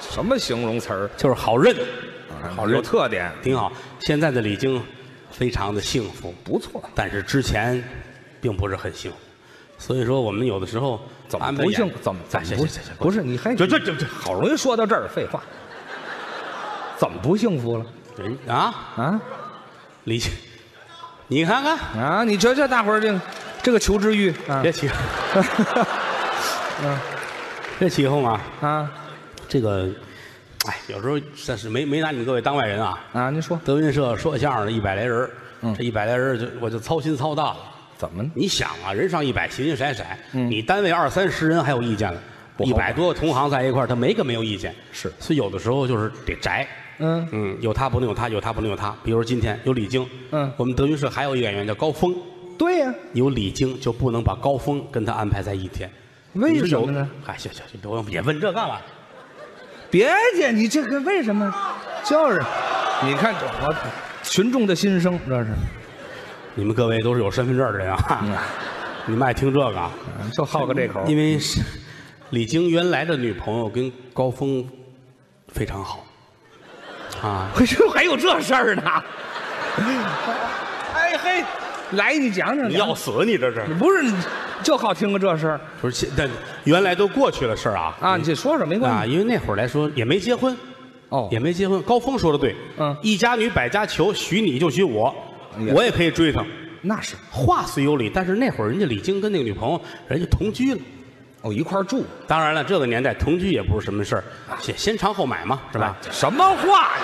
什么形容词儿？
就是好认，好
有
认，
特点，
挺好。现在的李菁非常的幸福，
不错。
但是之前并不是很幸福，所以说我们有的时候
怎么
安排
不
演哎
幸？怎么怎么
行
不
行行行
不是你还
这这
这这好容易说到这儿，废话，怎么不幸福了
人啊，
啊
李菁，你看看，
啊！你瞧瞧大伙儿这个这个求知欲啊
别起，
嗯
别起哄啊！
啊
这个，哎，有时候但是没没拿你们各位当外人啊。
啊！您说
德云社说相声的一百来人儿，
嗯
这一百来人儿就我就操心操大了。
怎么呢？
你想啊，人上一百，形形色色，
嗯
你单位二三十人还有意见了，一百多个同行在一块儿，他没个没有意见。
是
所以有的时候就是得宅。
嗯
嗯，有他不能有他，有他不能有他。比如说今天有李菁，
嗯
我们德云社还有一个演员叫高峰，
对呀、
有李菁就不能把高峰跟他安排在一天。
为
你说
什
有
么呢？？
哎，行行行，别问也问这干嘛？
别介，你这个为什么？就是，你看我群众的心声，这是啊
你们各位都是有身份证的人
嗯
啊， 你们爱听这个啊？
就好个这口。
因为是李菁原来的女朋友跟高峰非常好啊，
回这还有这事儿呢？ 哎嘿，来你讲讲，
死你这是？
不是你就好听个这事儿
不是，现但原来都过去了事儿啊
啊？你这说说没关
啊，
系
因为那会儿来说也没结婚，
哦
也没结婚。高峰说的对，
嗯哎
一家女百家求，许你就许我
呀，
我也可以追她。
那是
话虽有理，但是那会儿人家李菁跟那个女朋友人家同居了。
哦，一块儿住
当然了，这个年代同居也不是什么事儿，先先尝后买嘛，是
是
吧
吧？？哎什么话呀？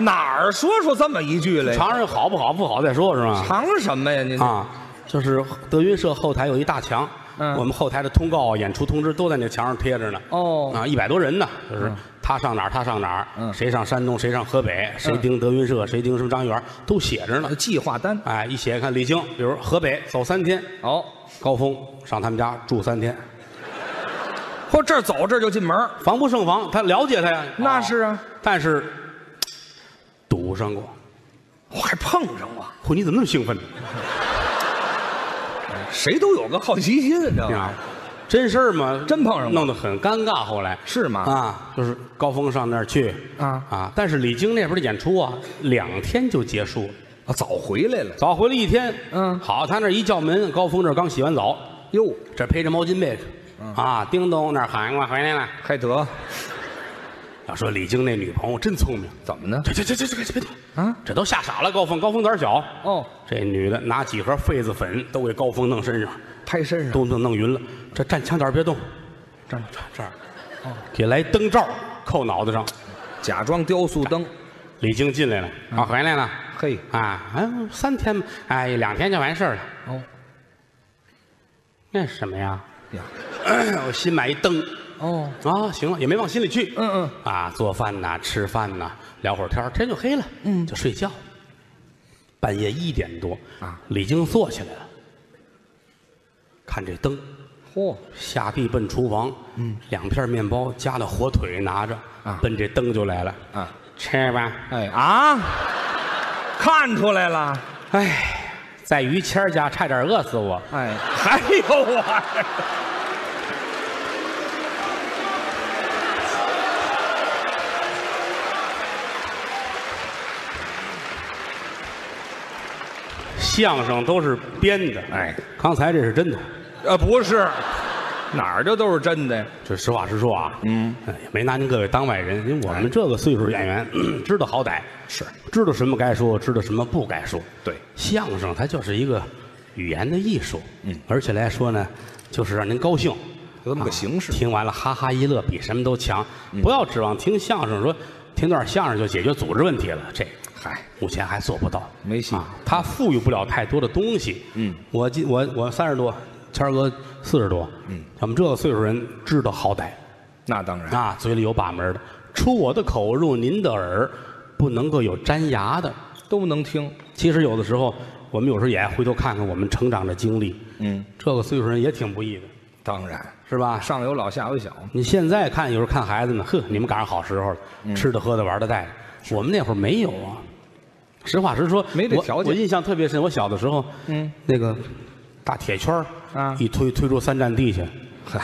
哪儿说出这么一句来？
尝尝好不好，不好再说，是吧？
藏什么呀？您
啊，就是德云社后台有一大墙，
嗯
我们后台的通告、演出通知都在那墙上贴着呢。
哦
啊，一百多人呢，就是他上哪儿，他上哪儿，
嗯
谁上山东，谁上河北，谁盯德云社，谁盯什么张园，都写着呢。
计划单
哎，一写看李菁，比如河北走三天，
哦，
高峰上他们家住三天，
或这儿走这儿就进门儿，
防不胜防，他了解他呀。哦
那是啊，
但是堵上过。
我还碰上过，
嚯，你怎么那么兴奋呢？
谁都有个好奇心，你知道
你看，
吗？
啊真事儿嘛，
啊真碰上过
弄得很尴尬。后来
是吗？
啊，就是高峰上那儿去
啊
啊，但是李菁那边的演出啊，两天就结束了，
嗯
啊，早回来了
早回来一天。
嗯
好，他那一叫门，高峰这儿刚洗完澡，
哟，
这披着毛巾被子，啊，叮咚那儿喊我回来了。
还得
要说李菁那女朋友真聪明，
怎么呢？
这这这这这这这
啊，
这都吓傻了。高峰，高峰胆儿小，
哦，
这女的拿几盒痱子粉都给高峰弄身上，
拍身上
都弄弄匀了。这站墙角儿别动，
这儿
这这儿，
哦
给来灯罩儿扣脑袋上。
假装雕塑灯，
李菁进来了，
嗯
啊，回来了。
嘿，
啊，哎，三天吧，哎，两天就完事儿了。
哦
那是什么呀？
呀，
我新买一灯
哦，
啊，行了，也没往心里去。
嗯嗯，
啊，做饭呐，吃饭呐，聊会儿天儿，天就黑了，嗯，就睡觉。半夜一点多
啊，
李菁坐起来了，看这灯，
嚯，
下地奔厨房，嗯，两片面包夹了火腿拿着，
啊
奔这灯就来了，
啊，
吃吧。
哎啊，
啊，看出来了，
哎，在于谦儿家差点饿死我。
哎，
还有我。
相声都是编的，
哎，
刚才这是真的。
呃，不是，哪儿这都是真的呀？
这实话实说啊，嗯，哎也没拿您各位当外人，因为我们这个岁数演员，咳知道好歹，是知道什么该说，知道什么不该说。
对，
相声它就是一个语言的艺术，嗯，而且来说呢，就是让您高兴，
有这么个
啊
形式
听完了哈哈一乐，比什么都强。不要指望听相声说听段相声就解决组织问题了，这
嗨，
目前还做不到，
没戏
啊，他赋予不了太多的东西。嗯，我今我我三十多，谦儿哥四十多，嗯，我们这个岁数人知道好歹
那当然，
啊，嘴里有把门的，出我的口入您的耳，不能够有粘牙的。
都能听，
其实有的时候，我们有时候也爱回头看看我们成长的经历，
嗯，
这个岁数人也挺不易的，
当然，
是吧？
上有老下有小，
你现在看，有时候看孩子呢，呵，你们赶上好时候了，吃的、喝的、玩的、带的。我们那会儿没有啊，实话实说，
没这
我
条件
我印象特别深，我小的时候，嗯，那个大铁圈儿
啊
一推推出三站地去，
嗨，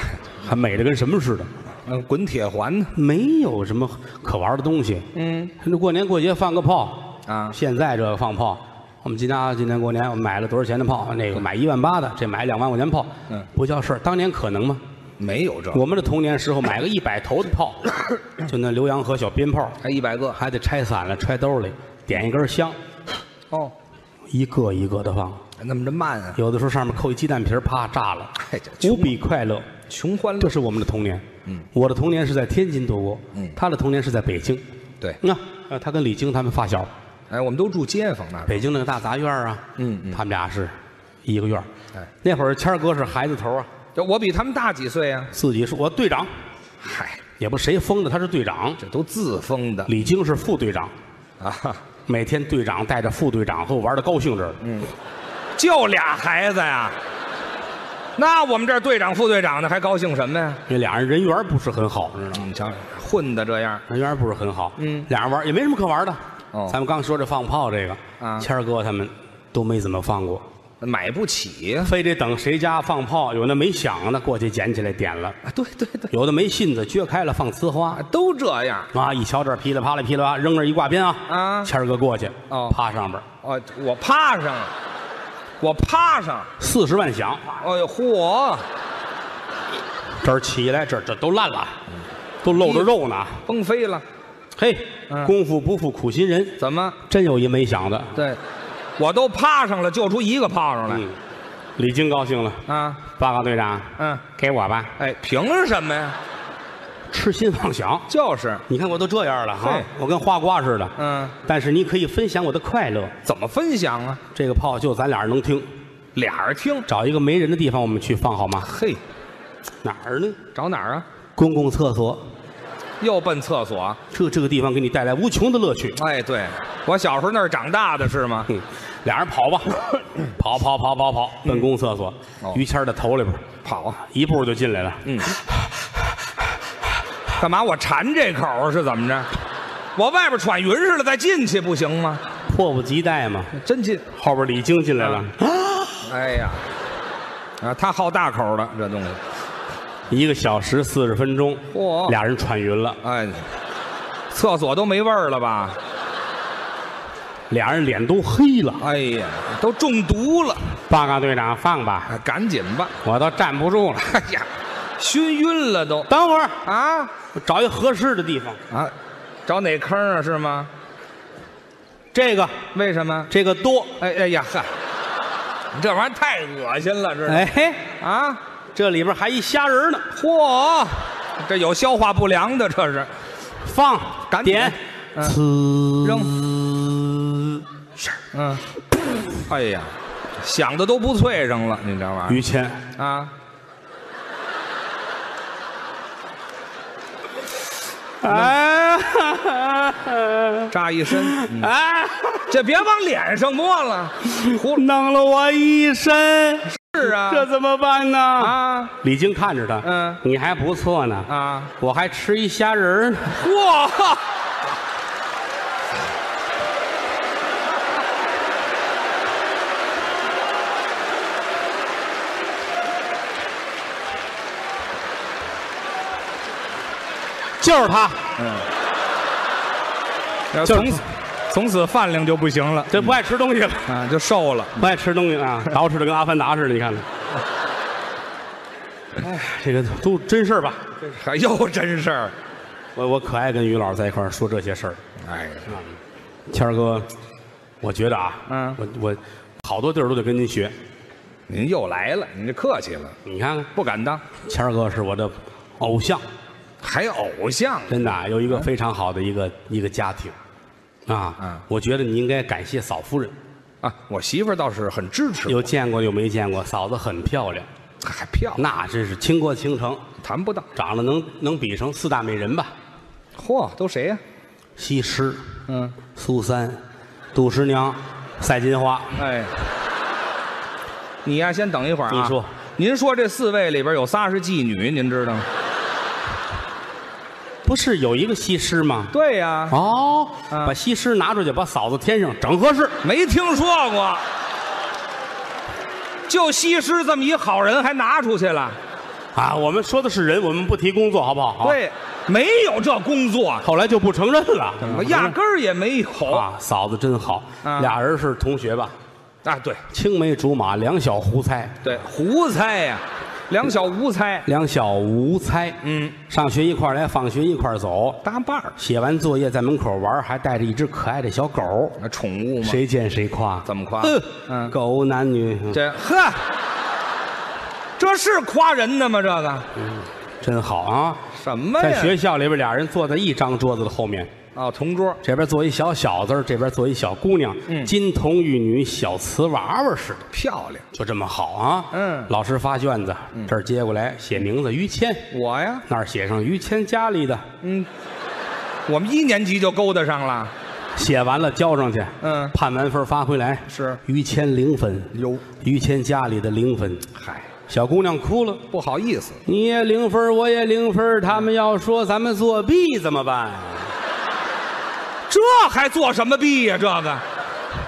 还美的跟什么似的，
嗯，滚铁环呢？
没有什么可玩的东西。
嗯，
那过年过节放个炮
啊
现在这个放炮。我们今家今年过年，我们买了多少钱的炮？那个买一万八的，这买两万块钱炮，
嗯，
不叫事儿。当年可能吗？
没有这，
我们的童年时候买个一百头的炮，就那浏阳河小鞭炮，
还一百个，
还得拆散了揣兜里，点一根香，
哦，
一个一个的放。
那么着慢啊，
有的时候上面扣一鸡蛋皮儿，啪炸了，
哎，这
无
穷
比快乐。
穷欢
这
乐，
是我们的童年。我的童年是在天津度过，他的童年是在北京。
对，
那呃，他跟李菁他们发小，
哎，我们都住街坊那儿，
北京那个大杂院啊，
嗯嗯
他们俩是一个院儿
哎
那会儿谦儿哥是孩子头啊，
这我比他们大几岁啊，
自己是我队长，
嗨，
也不谁封的，他是队长。
这都自封的
李菁是副队长，
啊，
每天队长带着副队长和我玩的高兴着呢。
嗯
就俩孩子呀？那我们这儿队长、副队长的还高兴什么呀？
这俩人人缘不是很好，知道吗？
你瞧，混的这样，
人缘不是很好。
嗯，
俩人玩也没什么可玩的。
哦
咱们刚说这放炮这个，
啊
谦儿哥他们都没怎么放过，
买不起啊呀、
非得等谁家放炮，有那没响的过去捡起来点了，
啊，对对对，
有的没信子撅开了放呲花
啊，。都这样
啊！一瞧这儿噼里啪啦噼里啪啦，扔那儿一挂鞭啊！
啊
谦儿哥过去，
哦
趴上边
哦，我趴上了，我趴上，
四十万响，
哎呦嚯，
这儿起来，这儿这都烂了，都露着肉呢。
崩飞了，
嘿，
嗯
功夫不负苦心人，
怎么？
真有一没响的。
对，
我都趴上了，就出一个炮上来。
嗯，李菁高兴了，
啊，
报告队长，
嗯，
给我吧，
哎，
凭什么呀？
痴心妄想。
就是，
你看我都这样了哈
对，
我跟花瓜似的。
嗯，
但是你可以分享我的快乐。
怎么分享啊？
这个炮就咱俩人能听，
俩人听，
找一个没人的地方我们去放好吗？
嘿，
哪儿呢？
找哪儿啊？
公共厕所，
又奔厕所？
这这个地方给你带来无穷的乐趣。
哎，对，我小时候那儿长大的是吗？
嗯，俩人 跑吧，跑跑跑跑跑，奔公厕所
嗯
哦。
于谦儿的头里边，
跑，啊
一步就进来了。
干嘛我馋这口儿是怎么着？我外边喘匀似的再进去不行吗？
迫不及待嘛。
嗯
真进，
后边李菁进来了，
哎呀，啊，他好大口的这东西，
一个小时四十分钟，
嚯
俩人喘匀了，
哎，厕所都没味儿了吧？
俩人脸都黑了。
哎呀，都中毒了，
报告队长，放吧，
哎赶紧吧！
我都站不住了。
哎呀，熏晕了都
等会儿，
啊
我找一合适的地方。
啊！找哪坑啊？是吗？
这个，
为什么？
这个多。
哎哎呀嗨，你这玩意儿太恶心了，知道吗？
哎嘿，
啊，
这里边还一虾仁呢，
嚯，这有消化不良的，这是
放，
赶紧
点，
嗯
呲
扔
扔。
嗯，哎呀，想的都不脆生了，你这玩意
于谦，
儿啊，
哎，
扎一身，嗯
哎，
这别往脸上抹了，
弄了我一身，
是啊，
这怎么办呢？啊，
啊
李菁看着他，
嗯
你还不错呢，
啊，
我还吃一虾仁儿呢。
嚯，
就是他，就
从此从此饭量就不行了
这不爱吃东西了，
啊，就瘦了，
不爱吃东西啊，捯饬的跟阿凡达似的，你看看。 哎，这个都真事儿吧？
还哎又真事儿，
我我可爱跟于老师在一块儿说这些事儿。
哎，
谦儿哥，我觉得啊，
嗯
我我好多地儿都得跟您学。
您又来了，您这客气了，
你看看，
不敢当，
谦儿哥是我的偶像，
还偶像
真的啊有一个非常好的一个一个家庭，啊，
嗯
我觉得你应该感谢嫂夫人。
啊，我媳妇儿倒是很支持我，
有见过有没见过，嫂子很漂亮，
还漂亮，
那真是倾国倾城，
谈不到，
长得能能比成四大美人吧？
嚯，都谁呀？
西施、
嗯，
苏三、杜十娘、赛金花，
哎，你呀，先等一会儿啊。
你说，
您说这四位里边有仨是妓女，您知道吗？
不是有一个西施吗？
对呀、
哦，
嗯
把西施拿出去，把嫂子添上，整合适。
没听说过。就西施这么一好人，还拿出去了？
啊，我们说的是人，我们不提工作，好不好？，
对，没有这工作，
后来就不承认了，
我压根儿也没有
嗯啊，嫂子真好，
啊
俩人是同学吧，
啊！对
青梅竹马，两小无猜，
对，胡猜呀、两小无猜，
两小无猜，
嗯，
上学一块儿来，放学一块儿走，
搭伴儿，
写完作业在门口玩，还带着一只可爱的小狗，
那宠物嘛。
谁见谁夸，
怎么夸
嗯
嗯
狗无男女，嗯
这呵，这是夸人的吗？这个
真好啊！
什么哎呀？
在学校里边，俩人坐在一张桌子的后面，
啊、同桌
这边坐一小小子儿，这边坐一小姑娘，
嗯
金童玉女，小瓷娃娃似的。
漂亮，
就这么好啊！
嗯
老师发卷子，这儿接过来写名字于谦，
我呀，
那儿写上于谦家里的，
我们一年级就勾搭上了，
写完了交上去，
嗯
判完分发回来
是
于谦零分，
有
于谦家里的零分。
嗨，
小姑娘哭了，
不好意思，
你也零分，我也零分，他们要说咱们作弊怎么办啊？
这还做什么弊呀、这个，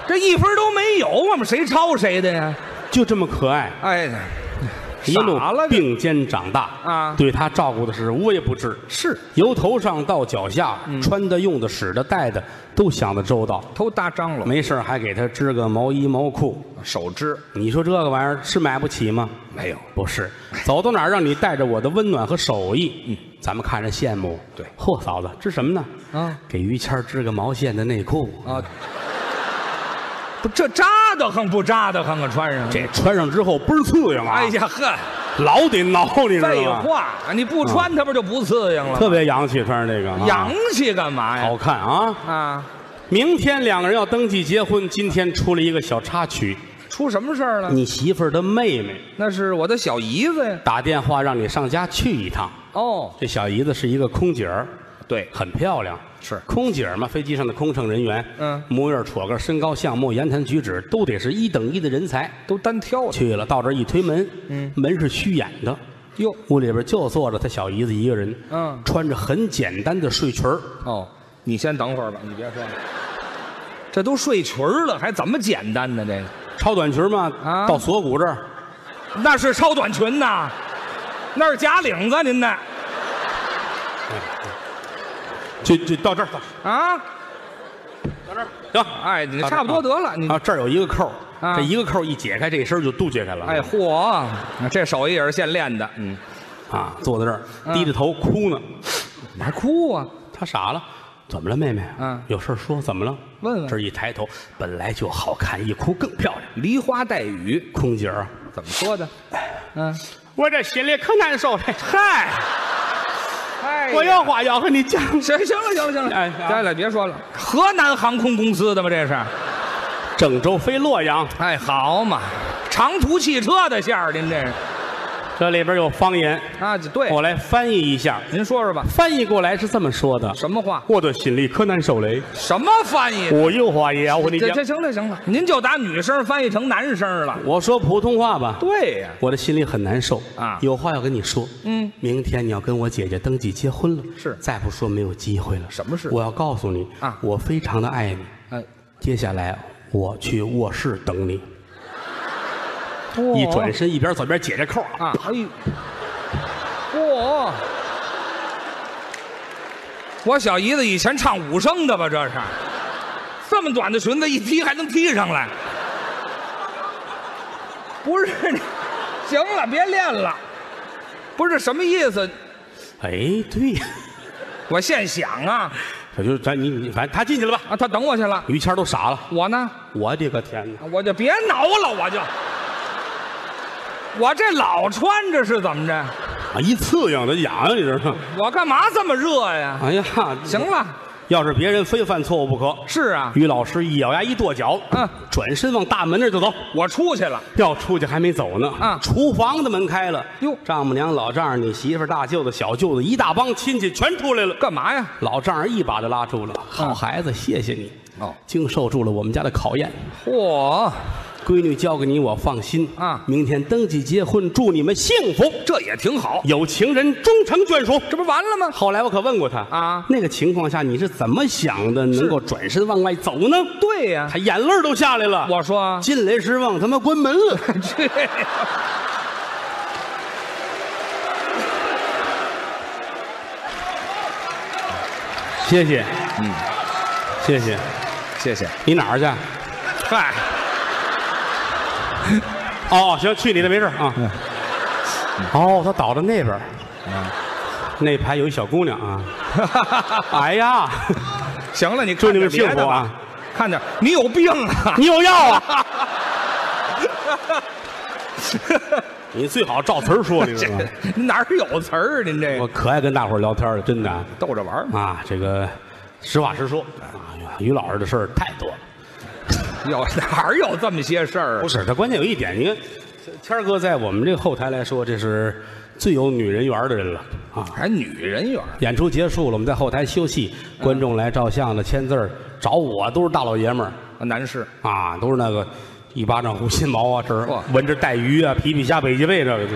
这一分都没有，啊我们谁抄谁的呀？
就这么可爱，
哎，
一路
傻了这
并肩长大
啊
对她照顾的是无微不至，
是
由头上到脚下，
嗯
穿的、用的、使的、戴的，都想得周到。
都搭张罗，
没事儿还给他织个毛衣毛裤。
手织
你说这个玩意儿是买不起吗？
没有，
不是，走到哪儿让你带着我的温暖和手艺，嗯，咱们看着羡慕。
对
嚯，嫂子织什么呢？
啊
给于谦儿织个毛线的内裤，
啊，不这扎的很不扎的很啊，穿上
这穿上之后倍儿刺痒啊！
哎，呀呵，
老得挠，你知
废
道吗？
话，你不穿它不就不刺痒了
特
吗？
别洋气，穿上这个啊
洋气干嘛呀
好？看啊！
啊，
明天两个人要登记结婚，今天出了一个小插曲，
出什么事儿了？
你媳妇儿的妹妹
那是我的小姨子呀。
打电话让你上家去一趟。
哦，
这小姨子是一个空姐儿，
对，
很漂亮，
是
空姐儿嘛，飞机上的空乘人员，
嗯
模样、戳个、身高、相貌、言谈举止，都得是一等一的人才。
都单挑的。
去了，到这儿一推门，
嗯
门是虚掩的，
哟，
屋里边就坐着她小姨子一个人，
嗯
穿着很简单的睡裙儿，
哦，你先等会儿吧，你别说了。这都睡裙儿了，还怎么简单呢？这个
超短裙嘛，
啊
到锁骨这儿，
那是超短裙呐，那是假领子，您那
就就到这儿，到
啊？
这儿行。
哎，你差不多得了，你
啊，这儿有一个扣儿，
啊
这一个扣儿一解开，这身儿就都解开了。
哎嚯，这手艺也是现练的，嗯，
啊，坐在这儿低着头哭呢。
你还哭啊？
他傻了，怎么了，妹妹？啊
嗯
有事儿说，怎么了？
问问
这儿一抬头，本来就好看，一哭更漂亮。
梨花带雨
空姐儿啊，
怎么说的？嗯，
我这心里可难受了。嗨，
哎
我有话要和你讲。
行行了行了行了，
哎
哎，
啊
行了，别说了，河南航空公司的吧，这是。
郑州飞洛阳，
哎，好嘛，长途汽车的线儿，您这是
这里边有方言，
啊？对，
我来翻译一下。
您说说吧，
翻译过来是这么说的：
什么话？
我的心里可难受嘞，
什么翻译？
我有话也要和你
这
讲。
这行了行了，您就打女声翻译成男声了。
我说普通话吧。
对呀、
我的心里很难受
啊
有话要跟你说。
嗯，
明天你要跟我姐姐登记结婚了，
是
再不说没有机会了。
什么事
我要告诉你
啊
我非常的爱你。
哎，
接下来我去卧室等你。一转身一边走一边解这扣啊，
哦啊，哎呦，嚯！我小姨子以前唱武生的吧，这是，这么短的裙子一踢还能踢上来？不是 你，行了，别练了。不是什么意思？
哎，对呀，
我现想啊
这就是咱你你反正他进去了吧？
啊，他等我去了，
于谦都傻了，
我呢，
我的个天哪！
我就别挠了，我就，我这老穿着是怎么着？
啊，一刺痒的痒，你知道吗？
我干嘛这么热呀？
哎呀，
行，了，
要是别人非犯错误不可。
是啊，
于老师一咬牙一跺脚，
嗯
转身往大门那儿就走。
我出去了。
要出去还没走呢，
啊
厨房的门开了，
哟
丈母娘、老丈人、你媳妇儿、大舅子、小舅子，一大帮亲戚全出来了。
干嘛呀？
老丈人一把就拉住
啊
了，好孩子，谢谢你，
哦，
经受住了我们家的考验，
嚯，
闺女交给你，我放心
啊
明天登记结婚，祝你们幸福，
这也挺好，
有情人终成眷属。
这不完了吗？
后来我可问过他
啊
那个情况下你是怎么想的，能够转身往外走呢？
对呀、
他眼泪儿都下来了。
我说
进来时忘他妈关门 了。
这，
谢谢，嗯，谢谢。
谢谢。
你哪儿去？啊
嗨，
哦，行，去你的，没事儿啊。
嗯
哦，他倒到那边儿，那排有一小姑娘啊。哎呀，
行了，你
祝
看
你
点
们幸
别
福
的吧，
啊！
看点，你有病啊！
你有药 啊？你最好照词儿说，你知
这
道 吗？
哪儿有词儿啊？您这
我可爱跟大伙儿聊天了，真的啊
逗着玩儿嘛？
啊。这个实话实说啊，哎呀于老师的事儿太多了。
有哪儿有这么些事儿
不
啊？
是，他关键有一点，你看，天儿哥在我们这后台来说，这是最有女人缘的人了啊。
还女人缘儿？
演出结束了，我们在后台休息，观众来照相的、签字儿找我，都是大老爷们儿
男士，
啊，都是那个一巴掌胡心毛啊，这儿
嚯
闻着带鱼啊、皮皮虾、北极贝这个，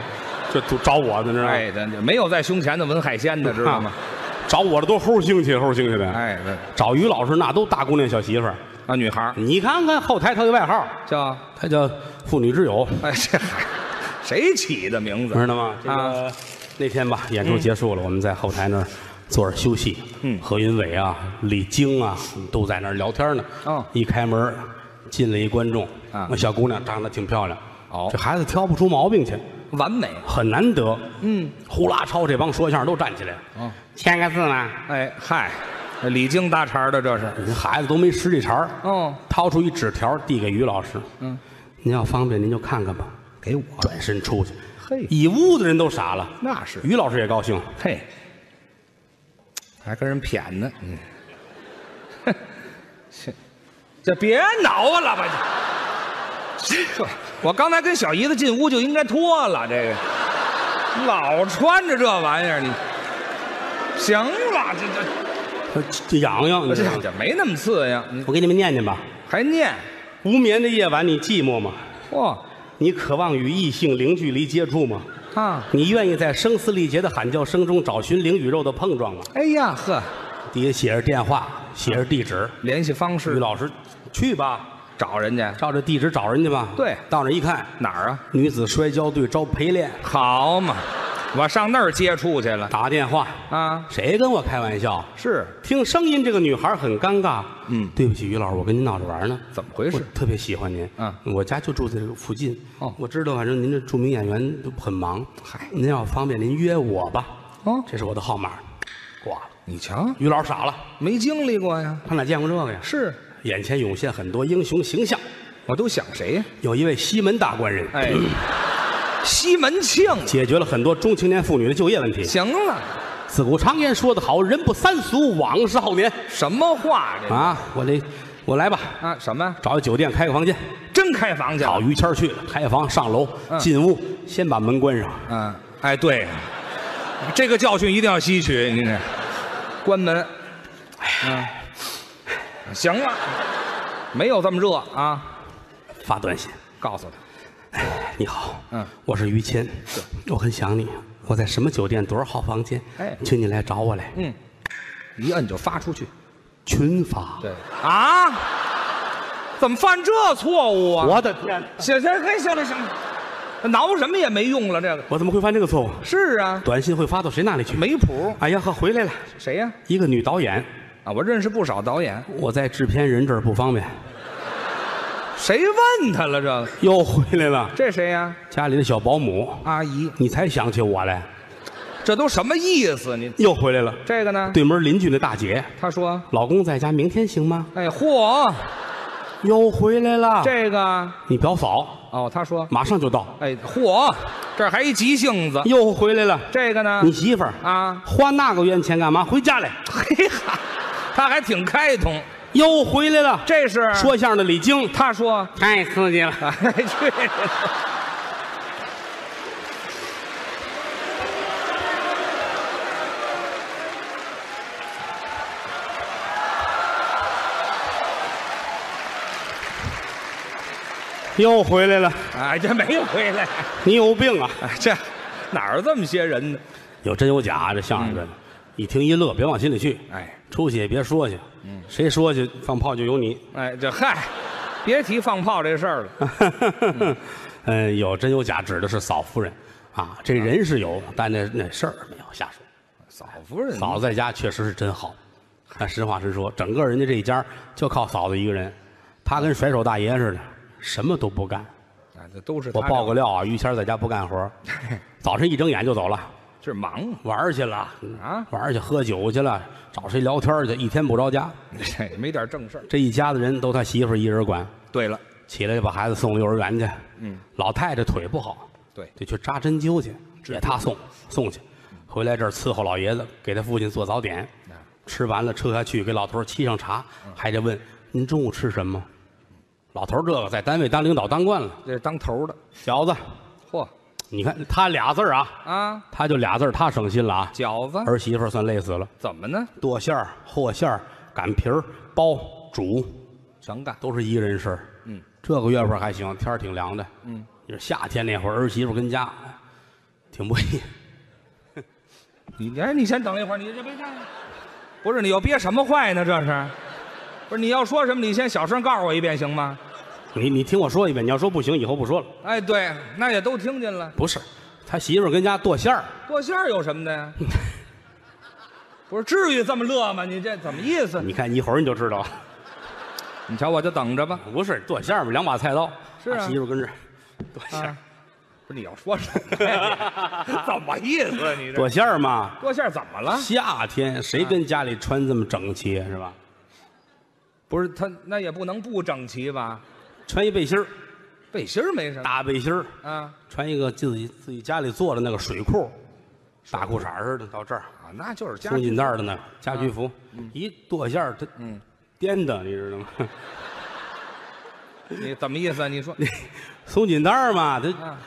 这都找我的，你知道吗？
哎，咱这没有在胸前的纹海鲜的，知道吗
啊？？找我的都齁兴起，齁兴起的。
哎，这
找于老师那都大姑娘小媳妇儿，
啊，女孩儿
你看看后台他有外号，
叫
他叫妇女之友。
哎，这 还谁起的名字？
知道吗？这
啊
个那天吧，演出结束了，我们在后台那儿坐着休息。嗯，何云伟啊，李菁啊，都在那儿聊天呢。
哦
一开门进来一观众，
啊
那小姑娘长得挺漂亮。
哦
这孩子挑不出毛病去，
完美。
很难得。
嗯，
呼啦超这帮说相声都站起来了。
哦，
签个字吗？
哎嗨，李菁搭茬儿的这是。
人孩子都没识这茬儿。
哦，
掏出一纸条递给于老师。嗯，您要方便您就看看吧。
给我
转身出去，
嘿
一屋子人都傻了。
那是
于老师也高兴。
嘿，还跟人谝呢。嗯， 这别挠我了吧你。这我刚才跟小姨子进屋就应该脱了，这个老穿着这玩意儿，你行了，
这
这
呃这痒痒，你
这
知道
这
吗
这没那么刺呀，你
我给你们念念吧。
还念
无眠的夜晚，你寂寞吗？
嚯
你渴望与异性零距离接触吗？
啊！
你愿意在声嘶力竭的喊叫声中找寻灵与肉的碰撞吗？
哎呀呵，
底下写着电话，写着地址。
联系方
于
式
老师，去吧，
找人家
嗯照这地址找人去吧。
对
到那儿一看，
哪儿啊？
女子摔跤队招陪练，
好嘛，我上那儿接触去了
打个电话，
啊。
谁跟我开玩笑？
是
听声音，这个女孩很尴尬。嗯，对不起，于老师，我跟您闹着玩呢。
怎么回事
我特别喜欢您。
嗯
我家就住在这个附近。
哦
我知道，反正您这著名演员都很忙。
嗨
您要方便，您约我吧。
哦
这是我的号码。挂了。
你瞧，
于老师傻了，
没经历过呀。
他哪见过这个呀？
是，
眼前涌现很多英雄形象，
我都想谁呀？
有一位西门大官人，
哎，西门庆，
解决了很多中青年妇女的就业问题。
行了，
自古常言说得好，人不三俗，枉少年
什么话这
啊！我这，我来吧，
啊？什么？
找一酒店开个房间。
真开房去了？
找于谦儿去了，开房上楼
嗯
进屋，先把门关上。
嗯，哎，对，这个教训一定要吸取。您这关门，嗯，行了，没有这么热啊！
发短信
告诉他，：“
你好，
嗯，
我是于谦，我很想你，我在什么酒店多少号房间？
哎
请你来找我来。
嗯，一摁就发出去。
群发，
啊，怎么犯这错误啊？
我的天，
行行，嘿，行了行了，挠什么也没用了，这个
我怎么会犯这个错误？
是啊，
短信会发到谁那里去？
没谱。
哎呀呵，回来了，
谁呀、
一个女导演，
啊？我认识不少导演，
我在制片人这儿不方便，
谁问他了？这个
又回来了，
这谁呀、
家里的小保姆，
阿姨，
你才想起我来，
这都什么意思？你
又回来了。
这个呢？
对门邻居那大姐，
他说。
老公在家，明天行吗？
哎，嚯，
又回来了。
这个
你表嫂
哦，他说，
马上就到，
哎，嚯，这儿还一急性子，
啊又回来了。
这个呢
你，媳妇儿
啊
花那个冤钱干嘛？回家来，
嘿哈，他还挺开通，
又回来了。
这是
说相声的李菁
他说，
太刺激了，
哎，去，
又回来了。
哎，这没回来，
你有病啊！
哎，这哪儿这么些人呢？
有真有假，这相声的，一听一乐，别往心里去。
哎
出去也别说去，谁说去放炮就有你。
哎，这嗨，别提放炮这事儿了，
嗯，有真有假，指的是嫂夫人啊。这人是有，但那那事儿没有瞎说。
嫂夫人
嫂子在家确实是真好，但实话实说，整个人家这一家就靠嫂子一个人，她跟甩手大爷似的，什么都不干。
哎，这都是
我
他
爆个料啊，于谦在家不干活， 早晨一睁眼就走了，
这忙嘛
玩儿去了
啊，
玩儿去喝酒去了，找谁聊天去，一天不着家。
这没点正事儿。
这一家子人都他媳妇儿一人管，
对了，
起来就把孩子送幼儿园去。嗯，老太太腿不好，
对，
得去扎针灸去，也他送送去，回来这儿伺候老爷子，给他父亲做早点，
啊
吃完了撤下去给老头儿沏上茶，还得问您中午吃什么。老头儿这个在单位当领导当惯了，
这当头的，
小子，
嚯
你看他俩字儿啊，
啊，
他就俩字儿，他省心了啊。
饺子
儿媳妇儿算累死了，
怎么呢？
剁馅儿、和馅儿、擀皮儿、包、煮，
全干，
都是一个人事儿。嗯，这个月份还行，天儿挺凉的。嗯，你说夏天那会儿，儿媳妇跟家哎挺不易。
你哎，你先等一会儿，你这别干。不是你又憋什么坏呢？这是，不是你要说什么？你先小声告诉我一遍行吗？
你你听我说一遍，你要说不行，以后不说了。
哎，对，那也都听见了。
不是，他媳妇儿跟家剁馅儿，
剁馅儿有什么的呀？ 不是，至于这么乐吗？你这怎么意思？
你看一会儿你就知道了。
你瞧，我就等着吧。
不是剁馅儿嘛，两把菜刀。
是啊
他媳妇儿跟这儿剁馅儿
啊，不是你要说什么呀？ 你怎么意思啊？你这
剁馅儿嘛。
剁馅儿怎么了？
夏天谁跟家里穿这么整齐啊是吧？
不是他那也不能不整齐吧？
穿一背心儿，
背心儿没什么
大背心儿，
啊
穿一个自己自己家里做的那个水裤，大裤衩儿似的到这儿，
啊，那就是家
松紧带儿的那个家居服，一剁馅儿，它
嗯
颠的，你知道吗？
你怎么意思啊？你说
松紧带儿嘛，它
啊，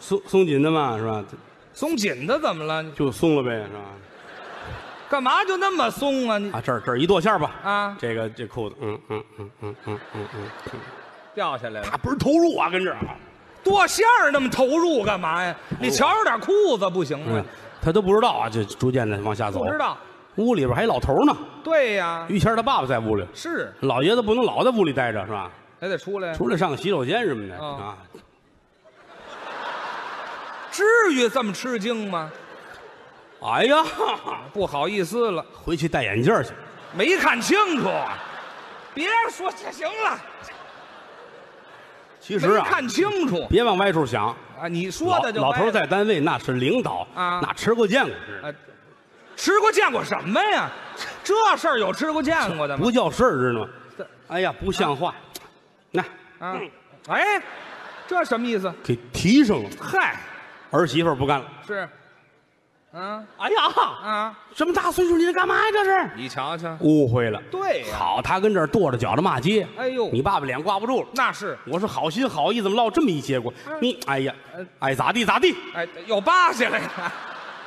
松松紧的嘛，是吧？它
松紧的怎么了？
就松了呗，是吧？
干嘛就那么松啊？你
啊，这儿这儿一剁馅儿吧，
啊
这个这裤子，嗯嗯嗯嗯嗯嗯嗯，
掉下来了，
他不是投入啊，跟这儿啊，
剁馅儿那么投入干嘛呀？你瞧着点裤子不行吗
哦嗯？，他都不知道啊，就逐渐的往下走，
不知道，
屋里边还有老头呢，
对呀，
于谦儿他爸爸在屋里，
是
老爷子不能老在屋里待着是吧？
还得出来，
出来上个洗手间什么的
嗯哦
啊，
至于这么吃惊吗？
哎呀，
不好意思了，
回去戴眼镜去。
没看清楚。别说这行了，
其实
没
啊，
看清楚
别往歪处想，
啊！你说
老
的就
老头
歪
儿在单位那是领导
啊
那吃过见过，知道吗
啊，吃过见过什么呀？这事儿有吃过见过的吗
不？叫事儿，知道吗？哎呀，不像话！那
啊，哎，这什么意思？
给提上了，
嗨，
儿媳妇儿不干了。
是，嗯
哎呀，
啊，
这么大岁数，你这干嘛呀？这是
你瞧瞧，
误会了。
对呀
好，他跟这儿跺着脚的骂街。
哎呦
你爸爸脸挂不住了。
那是，
我是好心好意，怎么落这么一结果？你哎呀，哎咋地咋地？
哎，有疤去了，